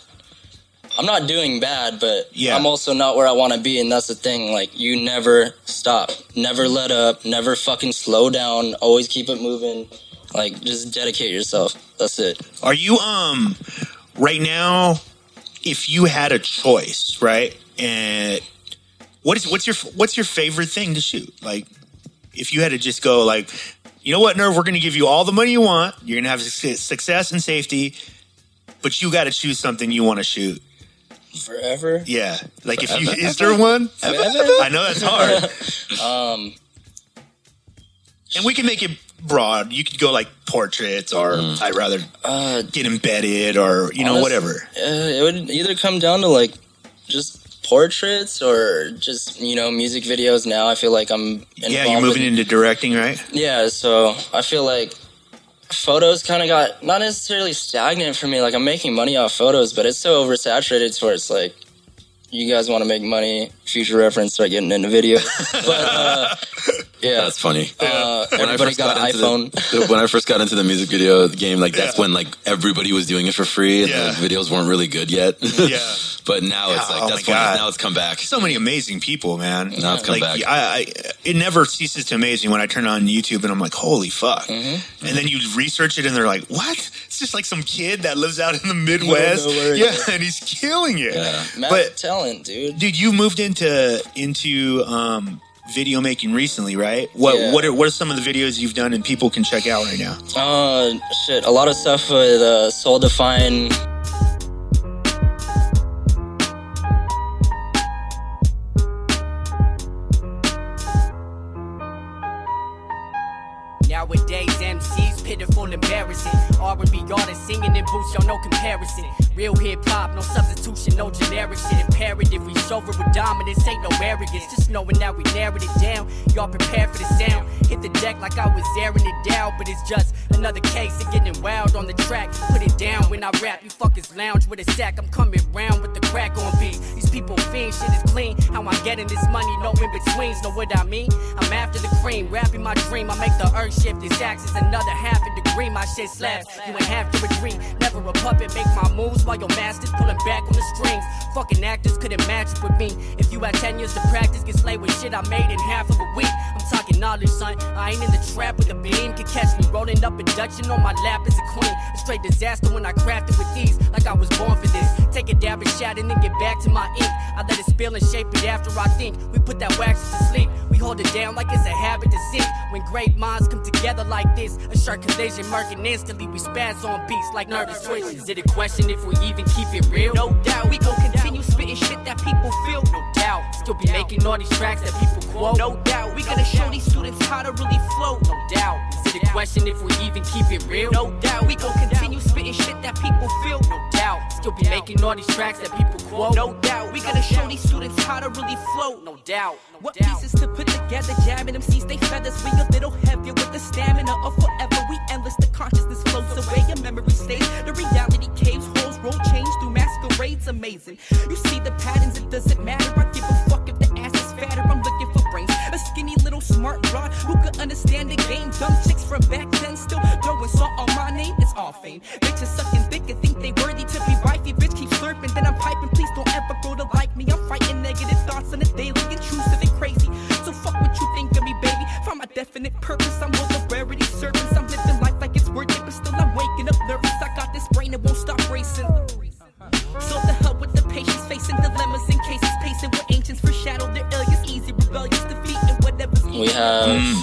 C: I'm not doing bad, but
B: Yeah.
C: I'm also not where I want to be, and that's the thing. Like you never stop, never let up, never fucking slow down. Always keep it moving. Like just dedicate yourself. That's it.
B: are you um right now if you had a choice right and what is what's your what's your favorite thing to shoot like if you had to just go like you know what nerve we're gonna give you all the money you want you're gonna have success success and safety but you gotta choose something you want to shoot
C: Forever.
B: Yeah. Like if you is there one? I know that's hard.
C: Um.
B: And we can make it broad. You could go like portraits or I'd rather
C: Uh.
B: get embedded or you know,
C: Honest-
B: whatever.
C: Uh, it would either come down to like just portraits or just you know music videos. Now I feel like I'm involved
B: Yeah, you're moving
C: in-
B: into directing, right?
C: yeah, so I feel like photos kind of got not necessarily stagnant for me. Like I'm making money off photos, but it's so oversaturated to where it's like you guys want to make money, future reference, start getting into video. but uh, yeah,
A: That's funny.
C: uh, everybody got an iPhone.
A: Into the, when I first got into the music video game, like that's
B: Yeah.
A: when like everybody was doing it for free, and
B: Yeah.
A: the videos weren't really good yet.
B: Yeah.
A: but now it's
B: Yeah,
A: like
B: oh
A: that's
B: my
A: when
B: God.
A: now it's come back.
B: so many amazing people, man.
A: Now it's come
B: like,
A: back.
B: I, I, it never ceases to amaze me when I turn on YouTube and I'm like, holy fuck.
C: Mm-hmm.
B: And then you research it and they're like, what? It's just like some kid that lives out in the Midwest.
C: nowhere,
B: yeah,
C: yeah.
B: and he's killing it.
A: Yeah.
C: Matt
B: But
C: Talent, dude.
B: dude, you moved into into um, video making recently, right? What
C: Yeah.
B: what are what are some of the videos you've done and people can check out right now?
C: Uh, shit, a lot of stuff with uh, Soul Define.
F: Nowadays, MCs pitiful, embarrassing. R&B artists singing in boots, y'all no comparison. Real hip hop, no substitution, no generic shit. Imperative, we sober with dominance, ain't no arrogance. Just knowing that we narrowed it down. Y'all prepared for the sound. Hit the deck like I was airing it down, but it's just another case of getting wild on the track. Put it down when I rap. You fuckers lounge with a sack. I'm coming round with the crack on beat. These people fiend, shit is clean. How I'm getting this money, no in betweens. Know what I mean? I'm after the cream, rapping my dream. I make the earth shift. This axe is another half a degree. My shit slaps. You ain't half to a dream. Never a puppet. Make my moves while your masters pulling back on the strings. Fucking actors couldn't match up with me. If you had 10 years to practice, get slayed with shit I made in half of a week. I'm talking knowledge, son. I ain't in the trap with a beam. Could catch me rolling up a Dutchin on my lap as a queen. A straight disaster when I crafted with these. Like I was born for this. Take a dab and shot and then get back to my ink. I let it spill and shape it after I think. We put that wax to sleep. We hold it down like it's a habit to sink. When great minds come together like this, a sharp collision marking instantly. We spaz on beats like nervous twitches. Is it a question if we even keep it real? No doubt. We gon' continue spitting shit that people feel. No doubt. Still be making all these tracks that people quote. No doubt. We gonna show these students how to really flow. No doubt. Is it a question if we even keep it real? No doubt. We gon' continue spitting shit that people feel. No doubt. Still be making all these tracks that people quote. No doubt. We gonna show these students how to really float. No doubt.
G: What pieces to put together, jabbing them seats, they feathers. We a little heavier with the stamina of forever. We endless, the consciousness floats away, your memory stays. The reality caves, holes roll change through masquerades, amazing. You see the patterns, it doesn't matter. I give a fuck if the ass is fatter, I'm looking for brains. A skinny little smart broad who could understand the game. Dumb chicks from back then still throwing salt on my name, it's all fame. Bitches sucking dick and think they worthy to be wifey. Bitch keep slurping, then I'm piping, please don't ever go to like me. I'm fighting negative thoughts on a daily, intrusive and crazy. So fuck what you think of me, baby. Find my definite purpose, I'm with the rarity servants. I'm living life like it's worth it, but still I'm waking up nervous. I got this brain that won't stop racing. So the hell with the patience, facing dilemmas and cases, pacing with ancients, foreshadow their aliens, easy, rebellious defeat, and whatever's
C: We have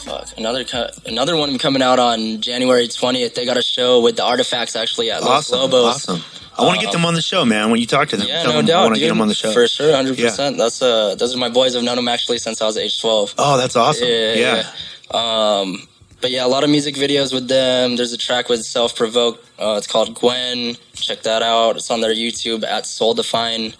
C: fuck another co- another one coming out on January twentieth. They got a show with the Artifacts actually at Los
B: Awesome.
C: Lobos.
B: Awesome. I want to get them on the show, man. When you talk to them,
C: Yeah,
B: tell
C: no
B: them
C: doubt.
B: I want to
C: dude.
B: get them on the show.
C: for sure, hundred percent. That's uh, those are my boys. I've known them actually since I was age twelve.
B: Oh, that's awesome.
C: Yeah,
B: yeah.
C: Um, but yeah, a lot of music videos with them. There's a track with Self Provoke. Uh, it's called Gwen. Check that out. It's on their YouTube at Soul Define.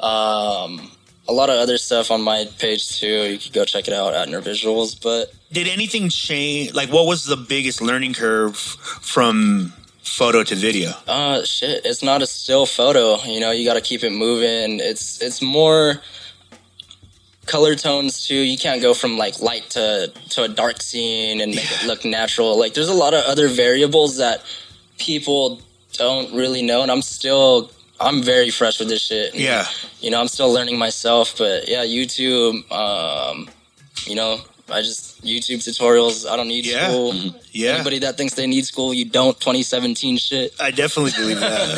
C: Um, a lot of other stuff on my page too. You could go check it out at Nerve Visuals. But
B: did anything change like what was the biggest learning curve from photo to video
C: uh, shit, it's not a still photo. You know, you got to keep it moving. It's it's more color tones too. You can't go from like light to to a dark scene and make it look natural. Like there's a lot of other variables that people don't really know, and I'm still I'm very fresh with this shit.
B: yeah
C: you know, I'm still learning myself. But yeah, YouTube, um, you know. I just YouTube tutorials. I don't need
B: Yeah. Mm-hmm.
C: school.
B: yeah
C: Anybody that thinks they need school, you don't. 2017 shit.
B: i definitely believe that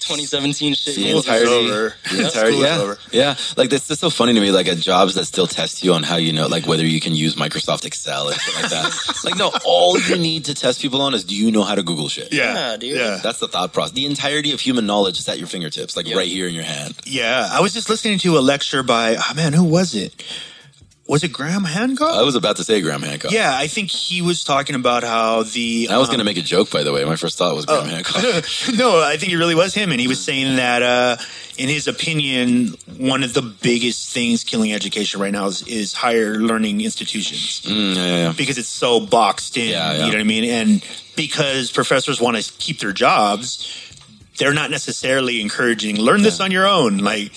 C: 2017 shit.
A: The
C: you know?
B: School's
A: entirety,
B: over.
A: the entirety,
B: School's
A: yeah,
B: over.
A: yeah. Like that's just so funny to me. Like at jobs that still test you on how you know, like whether you can use Microsoft Excel and shit like that. like no, all you need to test people on is do you know how to Google shit.
B: yeah
C: Yeah, dude.
B: yeah
A: That's the thought process. The entirety of human knowledge is at your fingertips, like
C: Yeah.
A: right here in your hand.
B: yeah i was just listening to a lecture by oh man who was it was it graham hancock
A: I was about to say Graham Hancock.
B: yeah i think he was talking about how the
A: And I was
B: um,
A: going to make a joke, by the way. My first thought was
B: Oh.
A: Graham Hancock. Mm,
B: no, I think it really was him, and he was saying that, uh, in his opinion, one of the biggest things killing education right now is, is higher learning institutions.
A: Mm, yeah, yeah, yeah.
B: because it's so boxed in.
A: Yeah, yeah.
B: You know what I mean? And because professors want to keep their jobs, they're not necessarily encouraging learn this on your own. Like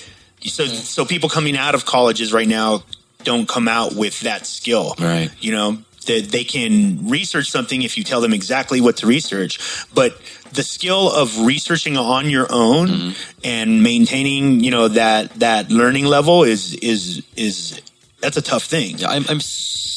B: So so people coming out of colleges right now don't come out with that skill.
A: Right.
B: You know, that they can research something if you tell them exactly what to research, but the skill of researching on your own
A: Mm-hmm.
B: and maintaining, you know, that that learning level is is is that's a tough thing.
A: Yeah, I'm, I'm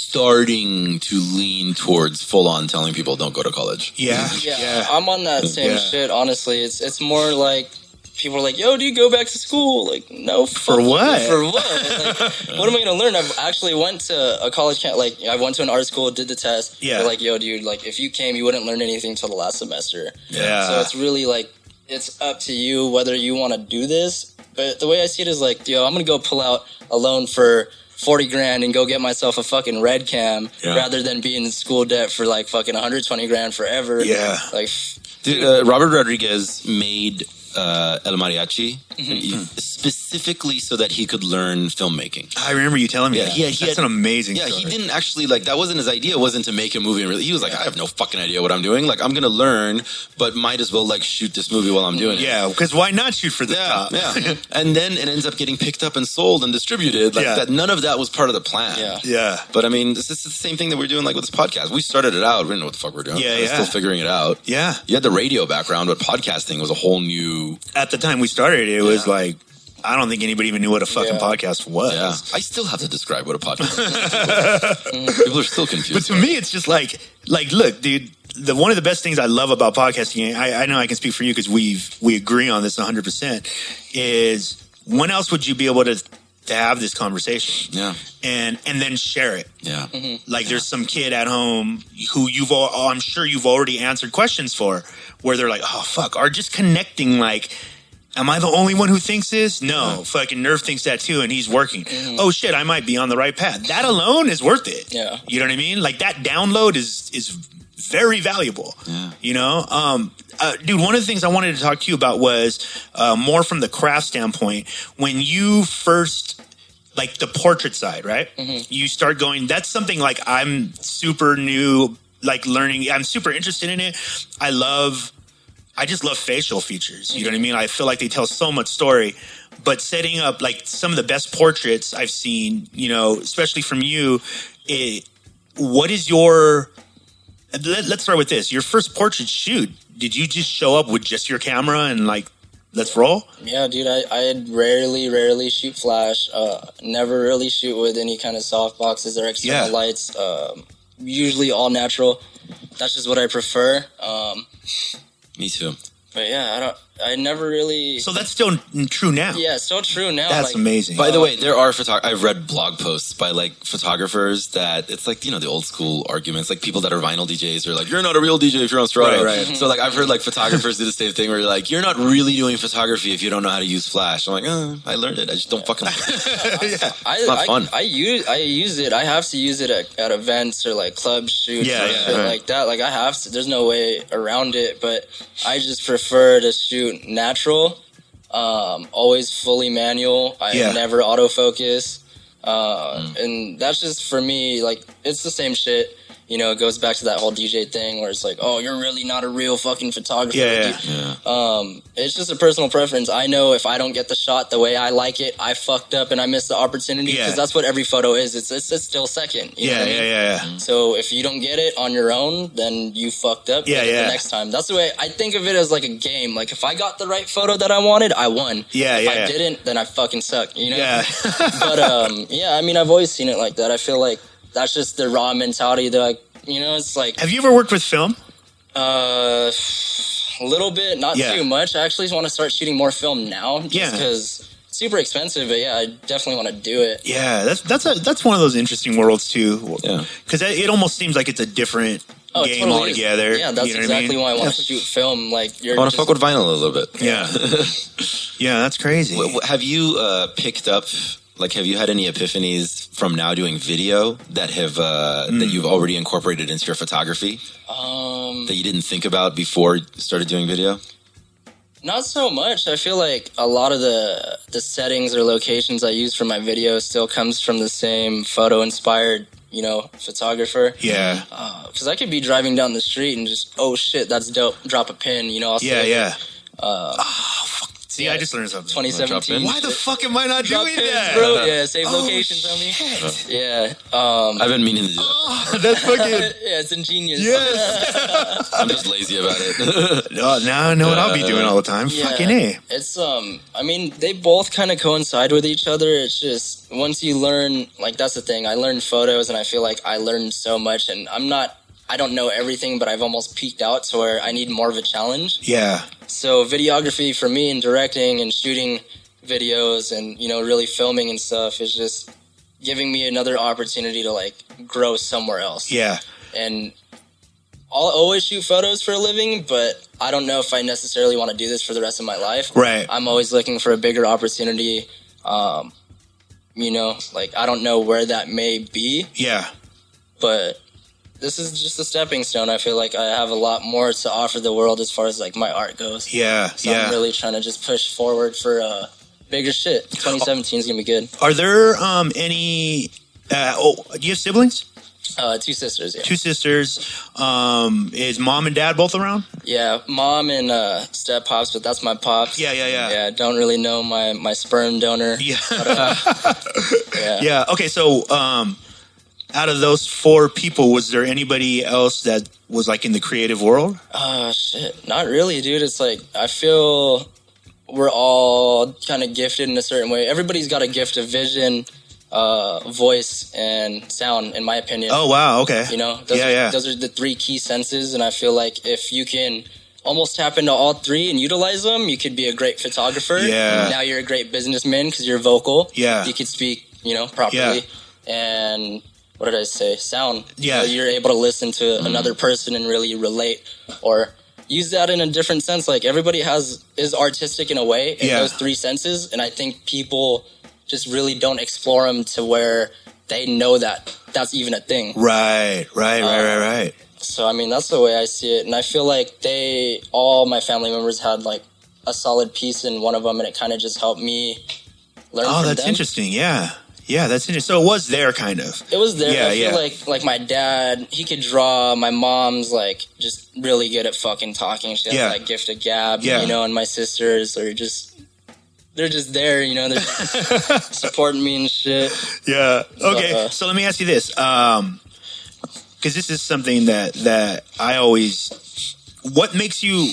A: starting to lean towards full on telling people don't go to college.
B: Yeah.
C: Yeah, I'm on that same
B: Yeah.
C: shit. Honestly, it's it's more like people are like, "Yo, do you go back to school?" Like, no,
B: For
C: fuck-
B: what?
C: For what? Like, what am I gonna learn? I've actually went to a college camp. Like, I went to an art school, did the test.
B: Yeah.
C: They're like, yo, dude, like if you came, you wouldn't learn anything till the last semester.
B: Yeah.
C: so it's really like it's up to you whether you want to do this. But the way I see it is like, yo, I'm gonna go pull out a loan for. 40 grand and go get myself a fucking red cam
A: Yeah.
C: rather than be in school debt for like fucking 120 grand forever.
B: Yeah.
C: Like,
A: Dude, uh, Robert Rodriguez made uh, El Mariachi Mm-hmm. specifically so that he could learn filmmaking.
B: I remember you telling me
A: Yeah,
B: that.
A: he had- he
B: That's
A: had-
B: an amazing
A: Yeah,
B: story.
A: he didn't actually like that. Wasn't his idea? Wasn't to make a movie. And really, he was like, I have no fucking idea what I'm doing. Like, I'm gonna learn, but might as well like shoot this movie while I'm doing it.
B: Yeah, because why not shoot for the
A: Yeah,
B: top?
A: yeah, and then it ends up getting picked up and sold and distributed. Like
B: Yeah.
A: that, none of that was part of the plan.
C: Yeah.
B: yeah.
A: But I mean, this is the same thing that we're doing like with this podcast. We started it out. We didn't know what the fuck we're doing.
B: Yeah,
A: We're
B: yeah.
A: still figuring it out.
B: Yeah.
A: You had the radio background, but podcasting was a whole new.
B: At the time we started, it was
C: Yeah.
B: like I don't think anybody even knew what a fucking
C: Yeah.
B: podcast was.
A: Yeah, I still have to describe what a podcast. is. People are still confused.
B: But to me, it's just like, like, look, dude. The one of the best things I love about podcasting, and I, I know I can speak for you because we've we agree on this 100. percent Is when else would you be able to to have this conversation
A: yeah,
B: and and then share it?
A: yeah.
B: Like there's some kid at home who you've all, oh, I'm sure you've already answered questions for where they're like, oh fuck, are just connecting like Am I the only one who thinks this? No, fucking Nerf thinks that too, and he's working. Oh shit, I might be on the right path. That alone is worth it.
C: Yeah.
B: you know what I mean. Like that download is is very valuable.
A: Yeah.
B: You know, um, uh, dude. One of the things I wanted to talk to you about was uh, more from the craft standpoint. When you first like the portrait side, right? You start going, that's something like I'm super new, like learning. I'm super interested in it. I love, I just love facial features. You know what I mean? I feel like they tell so much story. But setting up like some of the best portraits I've seen, you know, especially from you, it, what is your, let, let's start with this. Your first portrait shoot, did you just show up with just your camera and like, let's roll?
C: Yeah, dude, I, I rarely, rarely shoot flash. Uh, never really shoot with any kind of soft boxes or external
B: Yeah.
C: lights. Um, usually all natural. That's just what I prefer. Um,
A: Me too.
C: but yeah, I don't. I never really.
B: So that's still true now.
C: yeah, it's so true now.
B: That's
C: like,
B: amazing.
A: By the way, there are photog- I've read blog posts by like photographers that it's like you know the old school arguments, like people that are vinyl DJs are like you're not a real DJ if you're on Serato.
B: Right, right.
A: So like I've heard like photographers do the same thing where you're like you're not really doing photography if you don't know how to use Flash. I'm like uh I learned it. I just don't fucking.
B: yeah.
C: I,
A: not
C: I,
A: fun.
C: I use I use it. I have to use it at, at events or like club shoots
B: Yeah,
C: or
B: yeah,
C: shit
B: right.
C: like that. Like I have to. There's no way around it. But I just prefer to shoot natural. Um, always fully manual. I
B: Yeah. Mm.
C: never autofocus. Uh, And that's just for me. Like it's the same shit. You know, it goes back to that whole DJ thing where it's like, oh, you're really not a real fucking photographer.
B: Yeah,
C: Like,
B: yeah.
A: yeah.
C: um, it's just a personal preference. I know if I don't get the shot the way I like it, I fucked up and I missed the opportunity because
B: Yeah.
C: that's what every photo is. It's it's, it's still second. you know
B: Yeah,
C: what I
B: yeah,
C: mean?
B: yeah, yeah.
C: So if you don't get it on your own, then you fucked up.
B: Yeah,
C: Get it
B: yeah.
C: The next time, that's the way I think of it as like a game. Like if I got the right photo that I wanted, I won.
B: Yeah,
C: If
B: yeah,
C: I
B: yeah.
C: didn't, then I fucking suck. You know.
B: Yeah,
C: but um, yeah. I mean, I've always seen it like that. I feel like that's just the raw mentality. That like, you know, it's like
B: Have you ever worked with film?
C: uh, a little bit, not
B: Yeah.
C: too much. I actually want to start shooting more film now, just
B: Yeah.
C: because super expensive. But yeah, I definitely want to do it.
B: Yeah, that's that's a, that's one of those interesting worlds too.
A: Yeah.
B: because it almost seems like it's a different
C: Oh, it
B: game
C: totally is.
B: altogether.
C: Yeah, that's
B: you know what I
C: exactly
B: mean?
C: why I want to
B: Yeah.
C: shoot film. Like you're
A: I want to
C: just-
A: fuck with vinyl a little bit.
B: Yeah, yeah, that's crazy.
A: W- w- Have you uh, picked up? Like, have you had any epiphanies from now doing video that have uh,
C: Hmm.
A: that you've already incorporated into your photography
C: um,
A: that you didn't think about before you started doing video?
C: not so much. I feel like a lot of the the settings or locations I use for my video still comes from the same photo inspired, you know, photographer.
B: yeah,
C: Because I could be driving down the street and just, oh shit, that's dope. Drop a pin, you know. I'll
B: yeah,
C: say,
B: yeah. oh, fuck. See, I just learned something.
C: 2017.
B: Why the fuck am I not
C: Drop
B: doing
C: pins,
B: that?
C: bro. Yeah, save
B: Oh,
C: locations, homie.
B: shit.
C: Yeah. Um,
A: I've been meaning to do that.
B: Oh, that's
C: yeah,
B: fucking
C: it's ingenious.
B: yes.
A: I'm just lazy about it.
B: No, now I know what I'll be doing all the time.
C: Yeah.
B: Fucking a.
C: It's um I mean they both kind of coincide with each other. It's just once you learn like that's the thing. I learned photos and I feel like I learned so much and I'm not I don't know everything, but I've almost peaked out to where I need more of a challenge.
B: Yeah,
C: So videography for me and directing and shooting videos and you know really filming and stuff is just giving me another opportunity to like grow somewhere else
B: yeah.
C: and I'll always shoot photos for a living, but I don't know if I necessarily want to do this for the rest of my life.
B: Right.
C: I'm always looking for a bigger opportunity. Um, you know, like I don't know where that may be,
B: Yeah.
C: but this is just a stepping stone. I feel like I have a lot more to offer the world as far as like my art goes.
B: Yeah.
C: So
B: yeah.
C: I'm really trying to just push forward for uh, bigger shit. 2017 is gonna be good.
B: Are there um any uh, oh, do you have siblings?
C: Uh, two sisters, yeah.
B: Two sisters. Um is mom and dad both around?
C: Yeah, mom and uh, step pops, but that's my pops.
B: Yeah, yeah, yeah.
C: Yeah, don't really know my my sperm donor.
B: Yeah.
C: Yeah.
B: yeah. Okay, so um out of those four people, was there anybody else that was like in the creative world?
C: Oh shit, not really, dude. It's like I feel we're all kind of gifted in a certain way. Everybody's got a gift of vision, uh, voice, and sound. In my opinion.
B: Oh wow, okay.
C: You know, those,
B: yeah,
C: are,
B: yeah.
C: those are the three key senses, and I feel like if you can almost tap into all three and utilize them, you could be a great photographer.
B: Yeah.
C: Now you're a great businessman because you're vocal.
B: Yeah.
C: You could speak, you know, properly. And what did I say? Sound.
B: Yeah. Mm-hmm.
C: So you're able to listen to another person and really relate or use that in a different sense. Like everybody has is artistic in a way in
B: Yeah.
C: those three senses, and I think people just really don't explore them to where they know that that's even a thing.
B: right, right, right, right, right.
C: So I mean, that's the way I see it, and I feel like they, all my family members, had like a solid piece in one of them, and it kind of just helped me learn.
B: Oh,
C: from
B: that's
C: them.
B: interesting. Yeah. Yeah, that's interesting. So it was there kind of.
C: It was there.
B: Yeah,
C: I feel
B: yeah.
C: like like my dad, he could draw. My mom's like just really good at fucking talking. She has
B: Yeah.
C: that gift of gab,
B: Yeah.
C: you know. And my sisters are just. They're just there, you know. They're just supporting me and shit.
B: Yeah. Okay.
C: uh,
B: so let me ask you this, um, because this is something that that I always. What makes you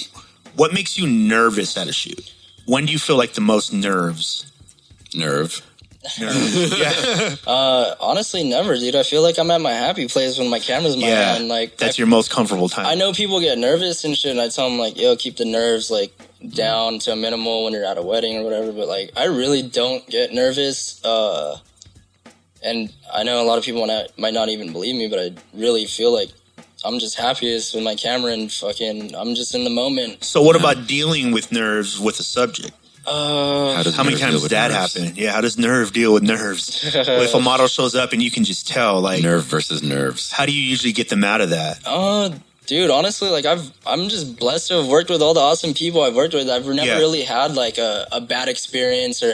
B: What makes you nervous at a shoot? When do you feel like the most nerves?
A: Nerve.
B: Nerves. yeah.
C: Uh, honestly, never, dude. I feel like I'm at my happy place when my camera's in my
B: Yeah.
C: hand. Like I
B: That's your most comfortable time.
C: I know people get nervous and shit, and I tell them like, "Yo, keep the nerves like down to a minimal when you're at a wedding or whatever." But like, I really don't get nervous. Uh, and I know a lot of people might might not even believe me, but I really feel like I'm just happiest with my camera and fucking, I'm just in the moment.
B: So what about dealing with nerves with a subject?
C: Uh,
A: does
B: How many
A: nerve deal
B: times does
A: with
B: that
A: nerves?
B: happen? Yeah. How does nerve deal with nerves? if a model shows up and you can just tell, like,
A: Nerve versus nerves.
B: how do you usually get them out of that?
C: uh, dude, honestly, like I've I'm just blessed to have worked with all the awesome people I've worked with. I've never
B: Yeah.
C: really had like a, a bad experience or.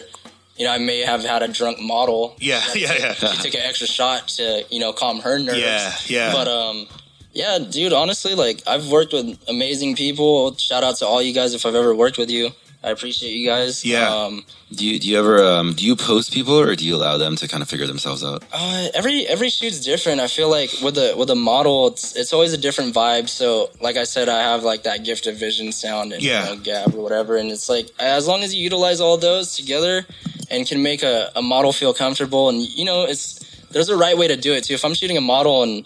C: You know, I may have had a drunk model
B: Yeah. Yeah. Yeah.
C: she took an extra shot to you know calm her nerves.
B: Yeah, yeah.
C: But um, yeah, dude. Honestly, like I've worked with amazing people. Shout out to all you guys if I've ever worked with you. I appreciate you guys.
B: Yeah.
C: Um,
A: Do you do you ever um, do you post people or do you allow them to kind of figure themselves out?
C: uh, every every shoot's different. I feel like with a with a model, it's it's always a different vibe. So like I said, I have like that gift of vision, sound, and
B: Yeah.
C: you know, gab or whatever. And it's like as long as you utilize all those together and can make a, a model feel comfortable, and you know, it's there's a right way to do it too. If I'm shooting a model and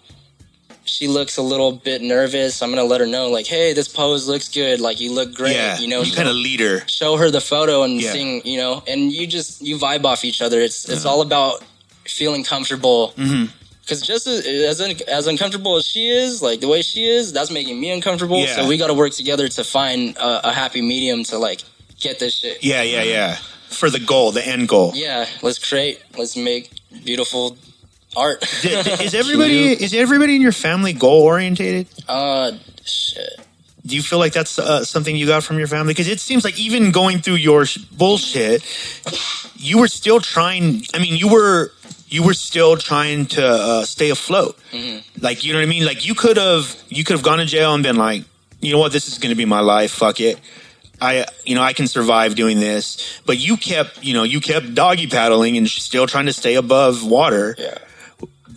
C: she looks a little bit nervous, I'm gonna let her know like, hey, this pose looks good. Like you look great.
B: yeah.
C: You know,
B: you kind of leader.
C: show her the photo and
B: Yeah.
C: sing, you know, and you just you vibe off each other. It's it's
B: Uh-huh.
C: all about feeling comfortable.
B: Mm-hmm.
C: Because just as as, un, as uncomfortable as she is, like the way she is, that's making me uncomfortable.
B: Yeah.
C: So we got to work together to find a, a happy medium to like get this shit.
B: Yeah. Yeah. Yeah. For the goal, the end goal.
C: Yeah, let's create, let's make beautiful art.
B: Th- th- is everybody is everybody in your family goal orientated?
C: uh, shit.
B: Do you feel like that's uh, something you got from your family? Because it seems like even going through your sh- bullshit, you were still trying. I mean, you were you were still trying to uh, stay afloat.
C: Mm-hmm.
B: Like you know what I mean? Like you could have you could have gone to jail and been like, you know what, this is going to be my life. Fuck it. I, you know, I can survive doing this. But you kept, you know, you kept doggy paddling and still trying to stay above water.
C: Yeah.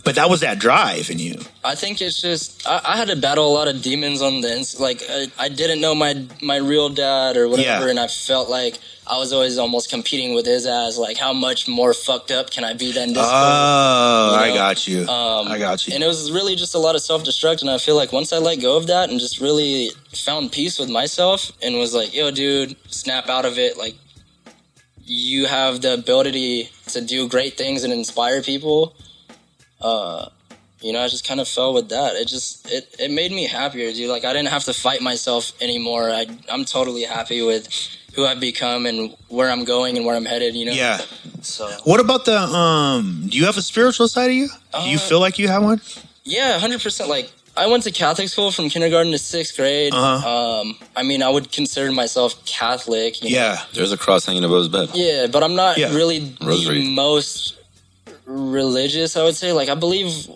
B: But that was that drive in you.
C: I think it's just I, I had to battle a lot of demons on the ins- like I, I didn't know my my real dad or whatever,
B: Yeah.
C: and I felt like I was always almost competing with his ass. Like, how much more fucked up can I be than this?
B: Oh, I
C: you know,
B: got you.
C: um,
B: I got you.
C: And it was really just a lot of self destruct. And I feel like once I let go of that and just really found peace with myself and was like, yo, dude, snap out of it. Like, you have the ability to do great things and inspire people. Uh, you know, I just kind of fell with that. It just it, it made me happier, dude. Like I didn't have to fight myself anymore. I I'm totally happy with who I've become and where I'm going and where I'm headed. You know.
B: yeah.
C: So
B: What about the um? Do you have a spiritual side of you? Do you
C: Uh,
B: feel like you have one?
C: Yeah, hundred percent. Like I went to Catholic school from kindergarten to sixth grade.
B: Uh-huh.
C: Um, I mean, I would consider myself Catholic. you know.
B: Yeah.
A: There's a cross hanging above his bed.
C: Yeah, but I'm not
B: Yeah.
C: really
A: Rosary.
C: the most religious. I would say, like, I believe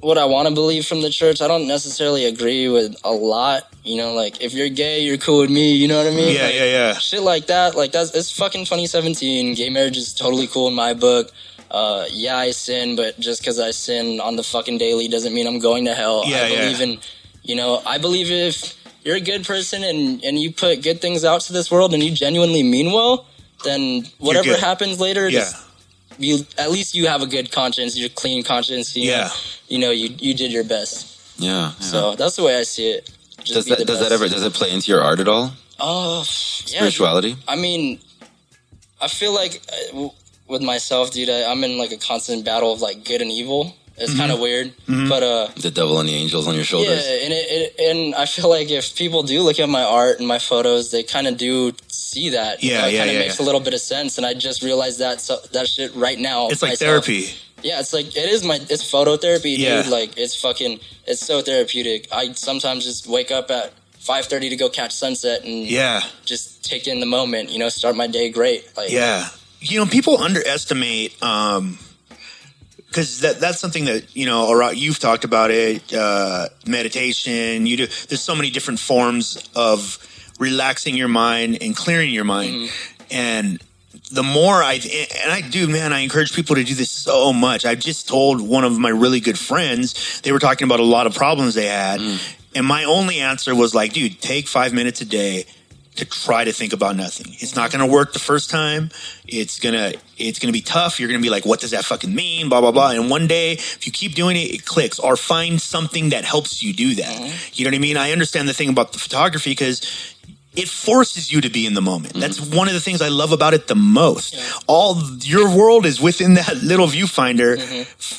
C: what I want to believe from the church. I don't necessarily agree with a lot. You know, like if you're gay, you're cool with me. You know what I mean?
B: Yeah.
C: Like,
B: Yeah. Yeah.
C: shit like that. Like that's it's fucking 2017. Gay marriage is totally cool in my book. Uh, yeah, I sin, but just because I sin on the fucking daily doesn't mean I'm going to hell.
B: Yeah,
C: I
B: yeah.
C: believe in, you know, I believe if you're a good person and and you put good things out to this world and you genuinely mean well, then whatever
B: good.
C: happens later,
B: Yeah.
C: just you at least you have a good conscience, your clean conscience. You
B: Yeah.
C: know, you know you you did your best.
A: Yeah. yeah.
C: So that's the way I see it. Just
A: does
C: be
A: that
C: the
A: does that
C: best.
A: ever does it play into your art at all?
C: Oh, yeah. dude.
A: Spirituality.
C: I mean, I feel like uh, w- with myself, dude, I, I'm in like a constant battle of like good and evil. It's
B: Mm-hmm.
C: kind of weird, but uh,
A: The devil and the angels on your
C: yeah,
A: shoulders.
C: and it, it, and I feel like if people do look at my art and my photos, they kind of do see that.
B: Yeah,
C: it
B: yeah,
C: kind of
B: yeah,
C: makes
B: yeah.
C: a little bit of sense, and I just realized that so, that shit right now.
B: It's like
C: myself.
B: therapy.
C: Yeah, it's like it is my it's photo therapy, dude.
B: Yeah.
C: Like it's fucking it's so therapeutic. I sometimes just wake up at five thirty to go catch sunset and
B: Yeah.
C: just take in the moment, you know, start my day great. Like,
B: Yeah. You know, people underestimate um because that, that's something that you know around, you've talked about it uh, meditation you do there's so many different forms of relaxing your mind and clearing your mind and the more i and i do man i encourage people to do this so much i just told one of my really good friends they were talking about a lot of problems they had and my only answer was like dude take five minutes a day to try to think about nothing. It's not going to work the first time. It's going to it's going to be tough. You're going to be like what does that fucking mean blah blah blah and one day if you keep doing it it clicks or find something that helps you do that. You know what I mean? I understand the thing about the photography cuz it forces you to be in the moment. That's one of the things I love about it the most. All your world is within that little viewfinder,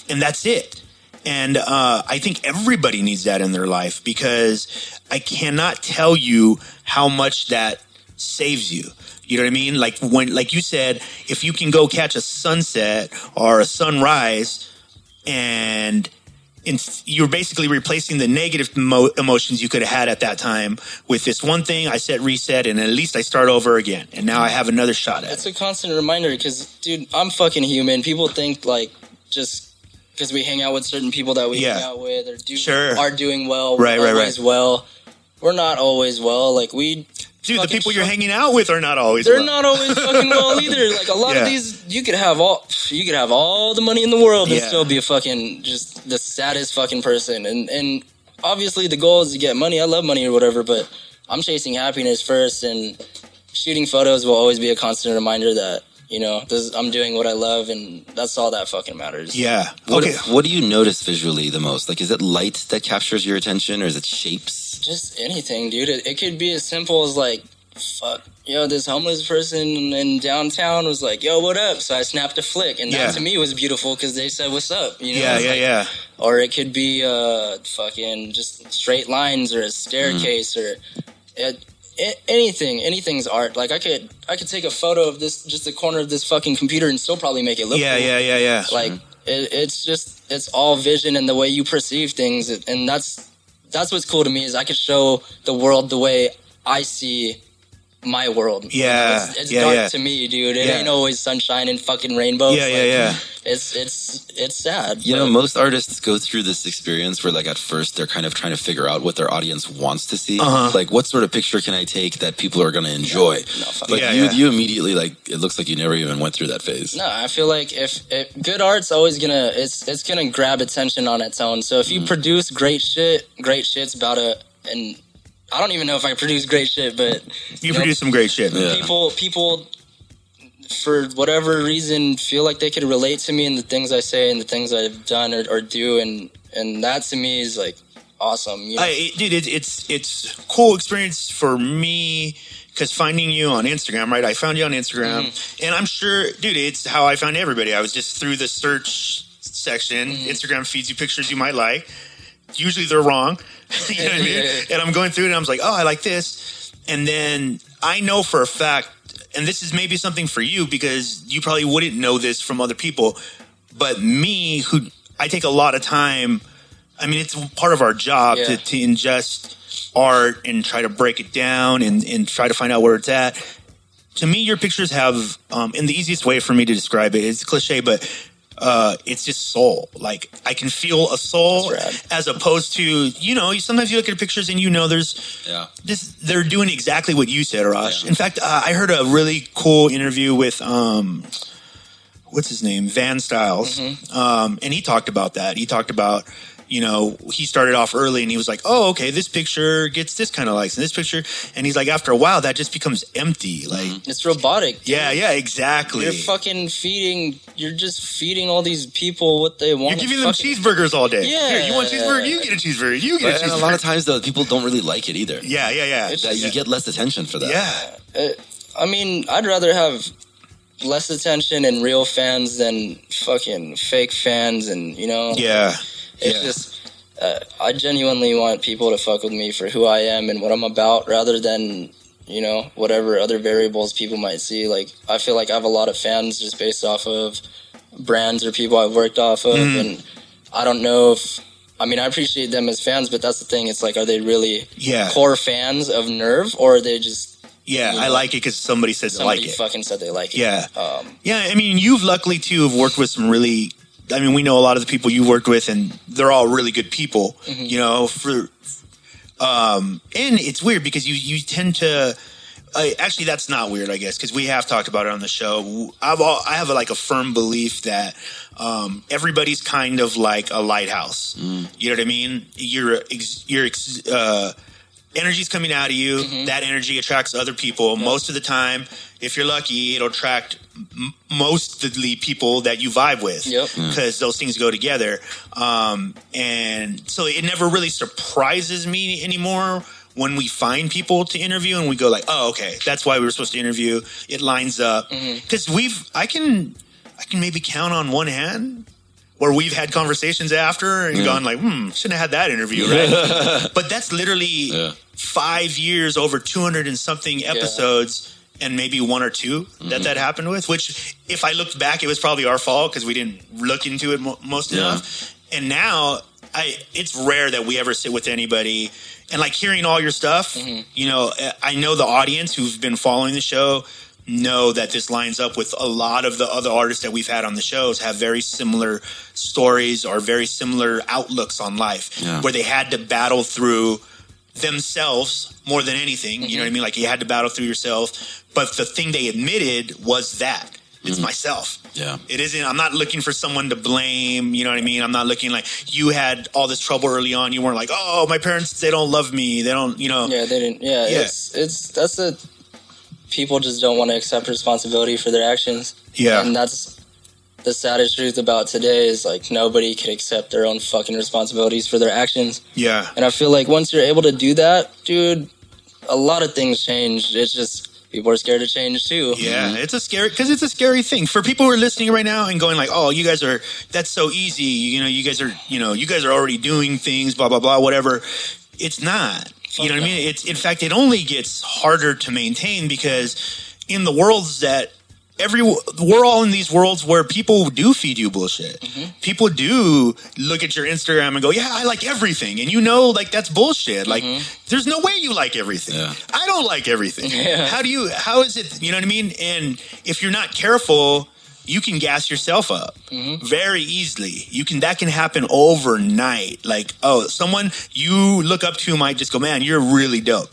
B: and that's it. And uh, I think everybody needs that in their life because I cannot tell you how much that saves you. You know what I mean? Like when, like you said, if you can go catch a sunset or a sunrise, and in, you're basically replacing the negative mo- emotions you could have had at that time with this one thing. I set reset, and at least I start over again. And now I have another shot at
C: It's
B: it.
C: a constant reminder because, dude, I'm fucking human. People think, like, just because we hang out with certain people that we hang
B: Yeah.
C: out with or do,
B: Sure.
C: are doing well,
B: Right,
C: we're
B: right, right.
C: always well. We're not always well. Like, we,
B: Dude, the
C: fucking
B: people you're
C: shot.
B: hanging out with are not always.
C: they're
B: well.
C: not always fucking well either. Like, a lot
B: Yeah.
C: of these, you could have all, you could have all the money in the world and
B: Yeah.
C: still be a fucking, just the saddest fucking person. And, and obviously the goal is to get money. I love money or whatever, but I'm chasing happiness first, and shooting photos will always be a constant reminder that you know this, I'm doing what I love, and that's all that fucking matters.
B: Yeah.
A: What,
B: okay.
A: what do you notice visually the most? Like, is it light that captures your attention, or is it shapes?
C: Just anything, dude. It, it could be as simple as like, fuck, yo, this homeless person in downtown was like, yo, what up? So I snapped a flick, and
B: Yeah.
C: that to me was beautiful because they said, what's up? You know?
B: Yeah,
C: It's
B: yeah,
C: like-
B: yeah.
C: or it could be uh fucking just straight lines or a staircase or uh a- anything anything's art like i could i could take a photo of this just the corner of this fucking computer and still probably make it look
B: Yeah,
C: cool.
B: yeah, yeah, yeah.
C: like
B: Mm-hmm.
C: it, it's just it's all vision and the way you perceive things and that's that's what's cool to me is i could show the world the way i see my world. You
B: Yeah,
C: know, it's, it's
B: yeah,
C: dark
B: yeah.
C: to me, dude. It
B: Yeah.
C: ain't always sunshine and fucking rainbows.
B: Yeah, yeah,
C: Like,
B: yeah.
C: It's it's it's sad.
A: You know,
C: but-
A: most artists go through this experience where, like, at first they're kind of trying to figure out what their audience wants to see.
B: Uh-huh.
A: Like, what sort of picture can I take that people are going to enjoy?
C: No, fuck
A: But
B: Yeah,
A: you,
B: yeah.
A: you immediately like it looks like you never even went through that phase.
C: No, I feel like if, if good art's always gonna it's it's gonna grab attention on its own. So if
B: Mm-hmm.
C: you produce great shit, great shit's about a and I don't even know if I produce great shit, but
B: You produce some great shit.
A: Yeah.
C: people people for whatever reason feel like they could relate to me and the things I say and the things I've done or, or do and and that to me is like awesome. You know?
B: I, it- dude, it, it's it's cool experience for me because finding you on Instagram, right? I found you on Instagram, and I'm sure, dude, it's how I found everybody. I was just through the search section. Instagram feeds you pictures you might like. Usually they're wrong, you know what I mean?
C: Yeah.
B: And I'm going through it, and I was like, oh, I like this, and then I know for a fact, and this is maybe something for you because you probably wouldn't know this from other people, but me, who I take a lot of time. I mean, it's part of our job
C: Yeah.
B: to, to ingest art and try to break it down and, and try to find out where it's at. To me, your pictures have, um, and the easiest way for me to describe it is cliche, but uh, it's just soul. Like I can feel a soul
C: That's rad.
B: as opposed to, you know, you, sometimes you look at pictures and you know there's
A: Yeah.
B: this they're doing exactly what you said, Arash.
A: Yeah.
B: In fact, uh, I heard a really cool interview with um, what's his name, Van Styles,
A: Mm-hmm.
B: um, and he talked about that. He talked about you know he started off early and he was like, oh okay, this picture gets this kind of likes and this picture, and he's like after a while that just becomes empty. Like
A: Mm-hmm.
C: it's robotic. dude.
B: yeah, yeah, exactly.
C: You're fucking feeding. You're just feeding all these people what they want.
B: You're giving them
C: Fucking-
B: cheeseburgers all day.
C: Yeah.
B: Here, you want a cheeseburger? You get a cheeseburger. You get
A: But,
B: a
A: and
B: cheeseburger.
A: a lot of times though, people don't really like it either.
B: yeah, yeah, yeah.
C: It's-
A: That you get less attention for that.
B: yeah,
C: I mean, I'd rather have less attention and real fans than fucking fake fans, and you know,
B: yeah.
C: it's
B: yeah.
C: just. Uh, I genuinely want people to fuck with me for who I am and what I'm about, rather than you know whatever other variables people might see. Like I feel like I have a lot of fans just based off of brands or people I've worked off of,
B: Mm-hmm.
C: and I don't know if. I mean, I appreciate them as fans, but that's the thing. It's like, are they really
B: Yeah.
C: core fans of Nerve, or are they just
B: Yeah, I like it because somebody said they
C: somebody
B: like it.
C: fucking said they like it?
B: Yeah.
C: Um,
B: Yeah, I mean, you've luckily too have worked with some really. I mean, we know a lot of the people you worked with, and they're all really good people.
C: Mm-hmm.
B: You know, for um, and it's weird because you you tend to. I actually, that's not weird, I guess, because we have talked about it on the show. I've all, I have like a firm belief that um, everybody's kind of like a lighthouse.
C: Mm.
B: You know what I mean? Your ex, your ex, uh, energy's coming out of you. That energy attracts other people. Most of the time, if you're lucky, it'll attract m- mostly people that you vibe with.
C: Yep.
B: Because those things go together. Um, and so it never really surprises me anymore when we find people to interview and we go like, oh, okay, that's why we were supposed to interview. It lines up. Because we've, I can, I can maybe count on one hand. Where we've had conversations after and gone like, hmm, shouldn't have had that interview, right? But that's literally
A: Yeah.
B: five years, over 200 and something episodes, and maybe one or 2
A: Mm-hmm.
B: that that happened with. Which, if I looked back, it was probably our fault because we didn't look into it mo- most
A: Yeah.
B: enough. And now, I it's rare that we ever sit with anybody. And like hearing all your stuff, you know, eh, I know the audience who've been following the show know that this lines up with a lot of the other artists that we've had on the shows have very similar stories or very similar outlooks on life
A: Yeah.
B: where they had to battle through themselves more than anything. You know what I mean? Like you had to battle through yourself. But the thing they admitted was that it's myself.
A: Yeah.
B: It isn't, I'm not looking for someone to blame. You know what I mean? I'm not looking like you had all this trouble early on. You weren't like, oh, my parents, they don't love me. They don't, you know.
C: Yeah, they didn't. Yeah,
B: Yeah.
C: it's it's that's the people just don't want to accept responsibility for their actions,
B: Yeah.
C: and that's the saddest truth about today is like nobody can accept their own fucking responsibilities for their actions.
B: Yeah.
C: And I feel like once you're able to do that, dude, a lot of things change. It's just people are scared to change too.
B: Yeah, it's a scary because it's a scary thing for people who are listening right now and going like, "Oh, you guys are that's so easy." You know, you guys are you know you guys are already doing things, blah blah blah, whatever. It's not. You know what I mean? It's in fact, it only gets harder to maintain because in the worlds that every we're all in these worlds where people do feed you bullshit.
A: Mm-hmm.
B: People do look at your Instagram and go, "Yeah, I like everything," and you know, like that's bullshit. Like, there's no way you like everything.
A: Mm-hmm. Yeah.
B: I don't like everything.
C: Yeah.
B: How do you? How is it? You know what I mean? And if you're not careful. You can gas yourself up
A: Mm-hmm.
B: very easily. You can that can happen overnight. Like, oh, someone you look up to might just go, "Man, you're really dope."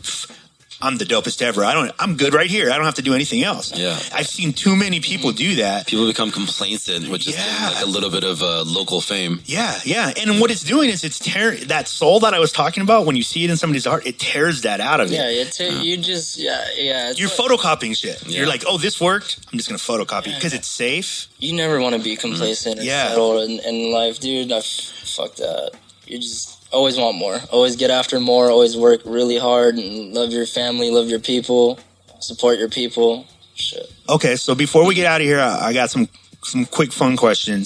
B: I'm the dopest ever. I don't. I'm good right here. I don't have to do anything else.
A: Yeah.
B: I've seen too many people
C: Mm-hmm.
B: do that.
A: People become complacent, which is
B: Yeah.
A: like a little bit of uh, local fame.
B: Yeah, yeah. And what it's doing is it's tearing that soul that I was talking about. When you see it in somebody's art, it tears that out of you.
C: Yeah, it's a, you just yeah yeah. It's
B: You're
C: like-
B: photocopying shit. You're
A: Yeah.
B: like, oh, this worked. I'm just gonna photocopy because it's safe.
C: you never want to be complacent or
B: Yeah.
C: settle in, in life, dude. I f- fuck that. You just always want more. Always get after more. Always work really hard and love your family, love your people, support your people. Shit.
B: Okay, so before we get out of here, I, I got some some quick fun questions.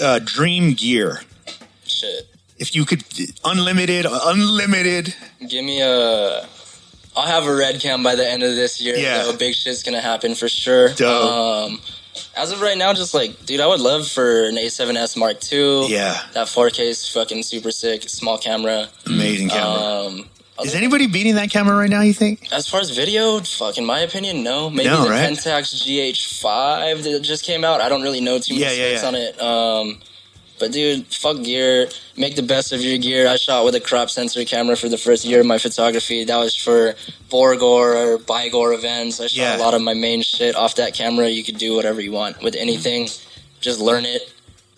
B: Uh, dream gear.
C: Shit.
B: If you could, unlimited, unlimited.
C: Give me a. I'll have a red cam by the end of this year.
B: Yeah.
C: So big shit's gonna happen for sure.
B: Dope.
C: Um, as of right now, just like, dude, I would love for an A7S Mark II.
B: Yeah,
C: That 4K is fucking super sick. Small camera.
B: amazing camera.
C: Um,
B: is anybody beating that camera right now? You think?
C: As far as video, fuck, in my opinion, no. Maybe
B: No,
C: the
B: right?
C: Pentax GH5 that just came out. I don't really know too much
B: Yeah, yeah,
C: specs
B: yeah.
C: on it. Um, but dude, fuck gear. Make the best of your gear. I shot with a crop sensor camera for the first year of my photography. That was for Borgor or Bygor events. I shot
B: Yeah.
C: a lot of my main shit off that camera. You could do whatever you want with anything. Just learn it.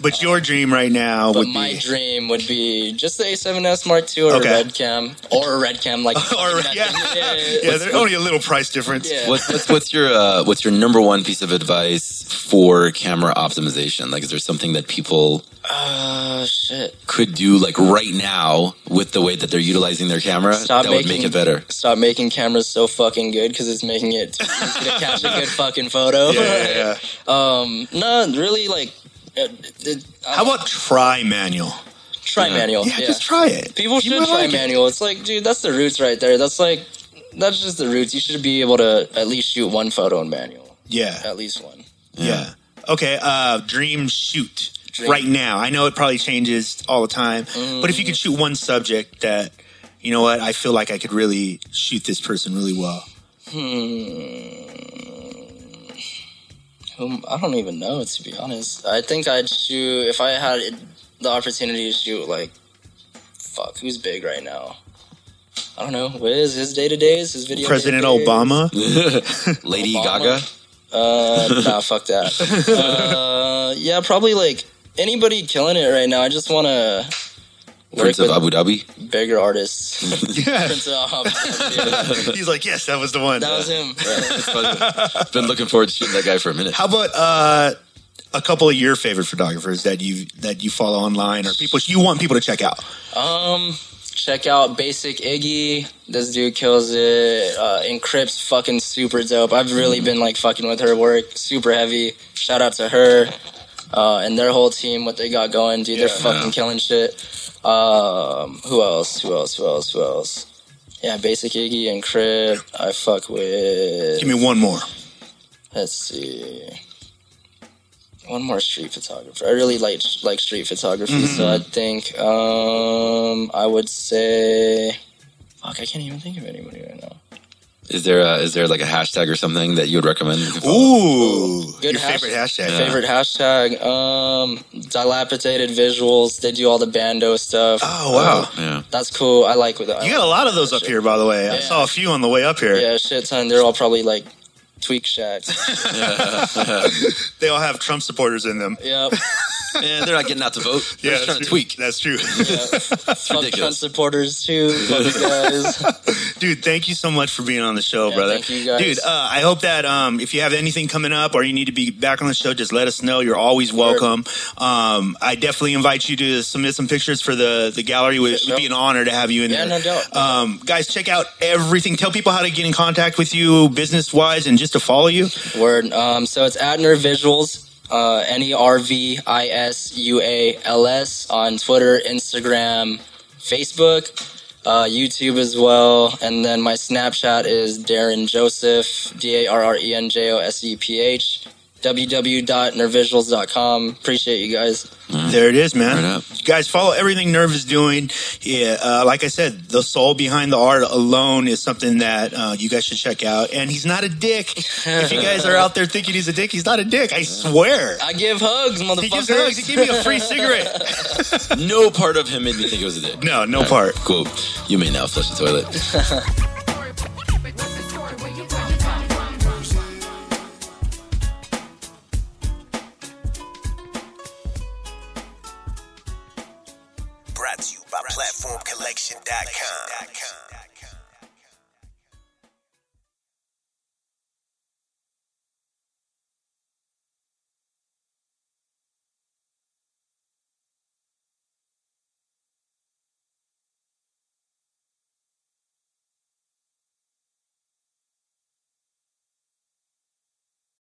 B: But your dream right now
C: But
B: would
C: my
B: be
C: dream would be just the A7S Mark II or
B: Okay.
C: a Red Cam. Or a Red Cam, like.
B: or
C: nothing.
B: yeah,
C: Yeah, yeah,
B: yeah. There's only a little price difference.
C: Yeah.
A: What's, what's what's your uh, what's your number one piece of advice for camera optimization? Like, is there something that people
C: Oh, shit.
A: could do like right now with the way that they're utilizing their camera
C: Stop
A: that would make
C: making-
A: it better?
C: stop making cameras so fucking good because it's making it too easy to catch a good fucking photo.
B: Yeah, yeah, yeah.
C: um, no, really, like, uh, it,
B: How about try manual?
C: try
A: Yeah.
C: manual?
B: Yeah,
C: Yeah,
B: just try it.
C: people should
B: might
C: try
B: like it.
C: manual. It's like, dude, that's the roots right there. That's like, that's just the roots. You should be able to at least shoot one photo in manual,
B: Yeah,
C: at least one.
B: yeah. Okay, uh, dream shoot
C: Dream.
B: right now. I know it probably changes all the time, but if you could
C: Mm.
B: shoot one subject that, you know what, I feel like I could really shoot this person really well.
C: Um, I don't even know to be honest. I think I'd shoot if I had it- the opportunity to shoot like, fuck, who's big right now? I don't know. Wiz, his day to days, his video.
B: President
C: day-to-days.
B: Obama.
A: Lady
C: Obama?
A: Gaga.
C: Uh, nah, fuck that. Uh, yeah, probably like anybody killing it right now. I just want to work
A: Prince of
C: with
A: Abu Dhabi.
C: bigger artists.
B: Yeah,
C: Prince of Abu Dhabi.
B: he's like, yes, that was the one.
C: that was him.
A: Been looking forward to shooting that guy for a minute.
B: How about uh, a couple of your favorite photographers that you that you follow online or people you want people to check out?
C: Um, check out Basic Iggy. This dude kills it. Uh, Encrypt's fucking super dope. I've really been like fucking with her work. Super heavy. Shout out to her uh, and their whole team. What they got going, dude.
B: Yeah.
C: they're fucking killing shit. Um, who else? Who else? Who else? Who else? Yeah, Basic Iggy and Crypt. I fuck with.
B: Give me one more.
C: Let's see. One more street photographer. I really like like street photography, so
B: Mm-hmm.
C: I think um I would say fuck, I can't even think of anybody right now.
A: Is there a, is there like a hashtag or something that you would recommend?
B: Ooh,
C: Good
B: your
C: hash-
B: favorite hashtag.
C: Favorite hashtag um dilapidated visuals. They do all the bando stuff.
B: Oh wow,
C: Uh,
A: Yeah.
C: that's cool. I like with that.
B: you got a lot of those up here, by the way. I
C: Yeah.
B: saw a few on the way up here.
C: Yeah, shit ton. They're all probably like tweak shacks.
B: They all have Trump supporters in them.
C: yep.
A: Man, they're not getting out to vote. They're just
B: that's
A: trying to
B: true.
A: tweak.
B: That's true,
C: Fuck Trump
A: ridiculous.
C: supporters too. Fuck you guys.
B: dude. Thank you so much for being on the show,
C: Yeah,
B: brother.
C: thank you guys.
B: Dude, uh, I hope that um, if you have anything coming up or you need to be back on the show, just let us know. You're always welcome. Um, I definitely invite you to submit some pictures for the the gallery. It would
C: sure.
B: be an honor to have you in
C: Yeah,
B: there.
C: no doubt.
B: Um, guys, check out everything. Tell people how to get in contact with you, business wise, and just to follow you.
C: Word. Um, so it's at Nerve Visuals, uh, N E R V I S U A L S on Twitter, Instagram, Facebook. uh, YouTube as well. And then my Snapchat is Darren Joseph, D A R R E N J O S E P H, www.nervvisuals.com. Appreciate you guys.
B: There it is, man.
A: Right up.
B: You guys, follow everything Nerve is doing. Yeah, uh, like I said, the soul behind the art alone is something that uh, you guys should check out. And he's not a dick. if you guys are out there thinking he's a dick, he's not a dick. I swear.
C: I give hugs, motherfuckers.
B: He gives hugs. He gave me a free cigarette.
A: No part of him made me think it was a dick.
B: No, no part.
A: Cool. You may now flush the toilet.
E: What's the story? Where you where you come from?
D: Brought to you by PlatformCollection.com.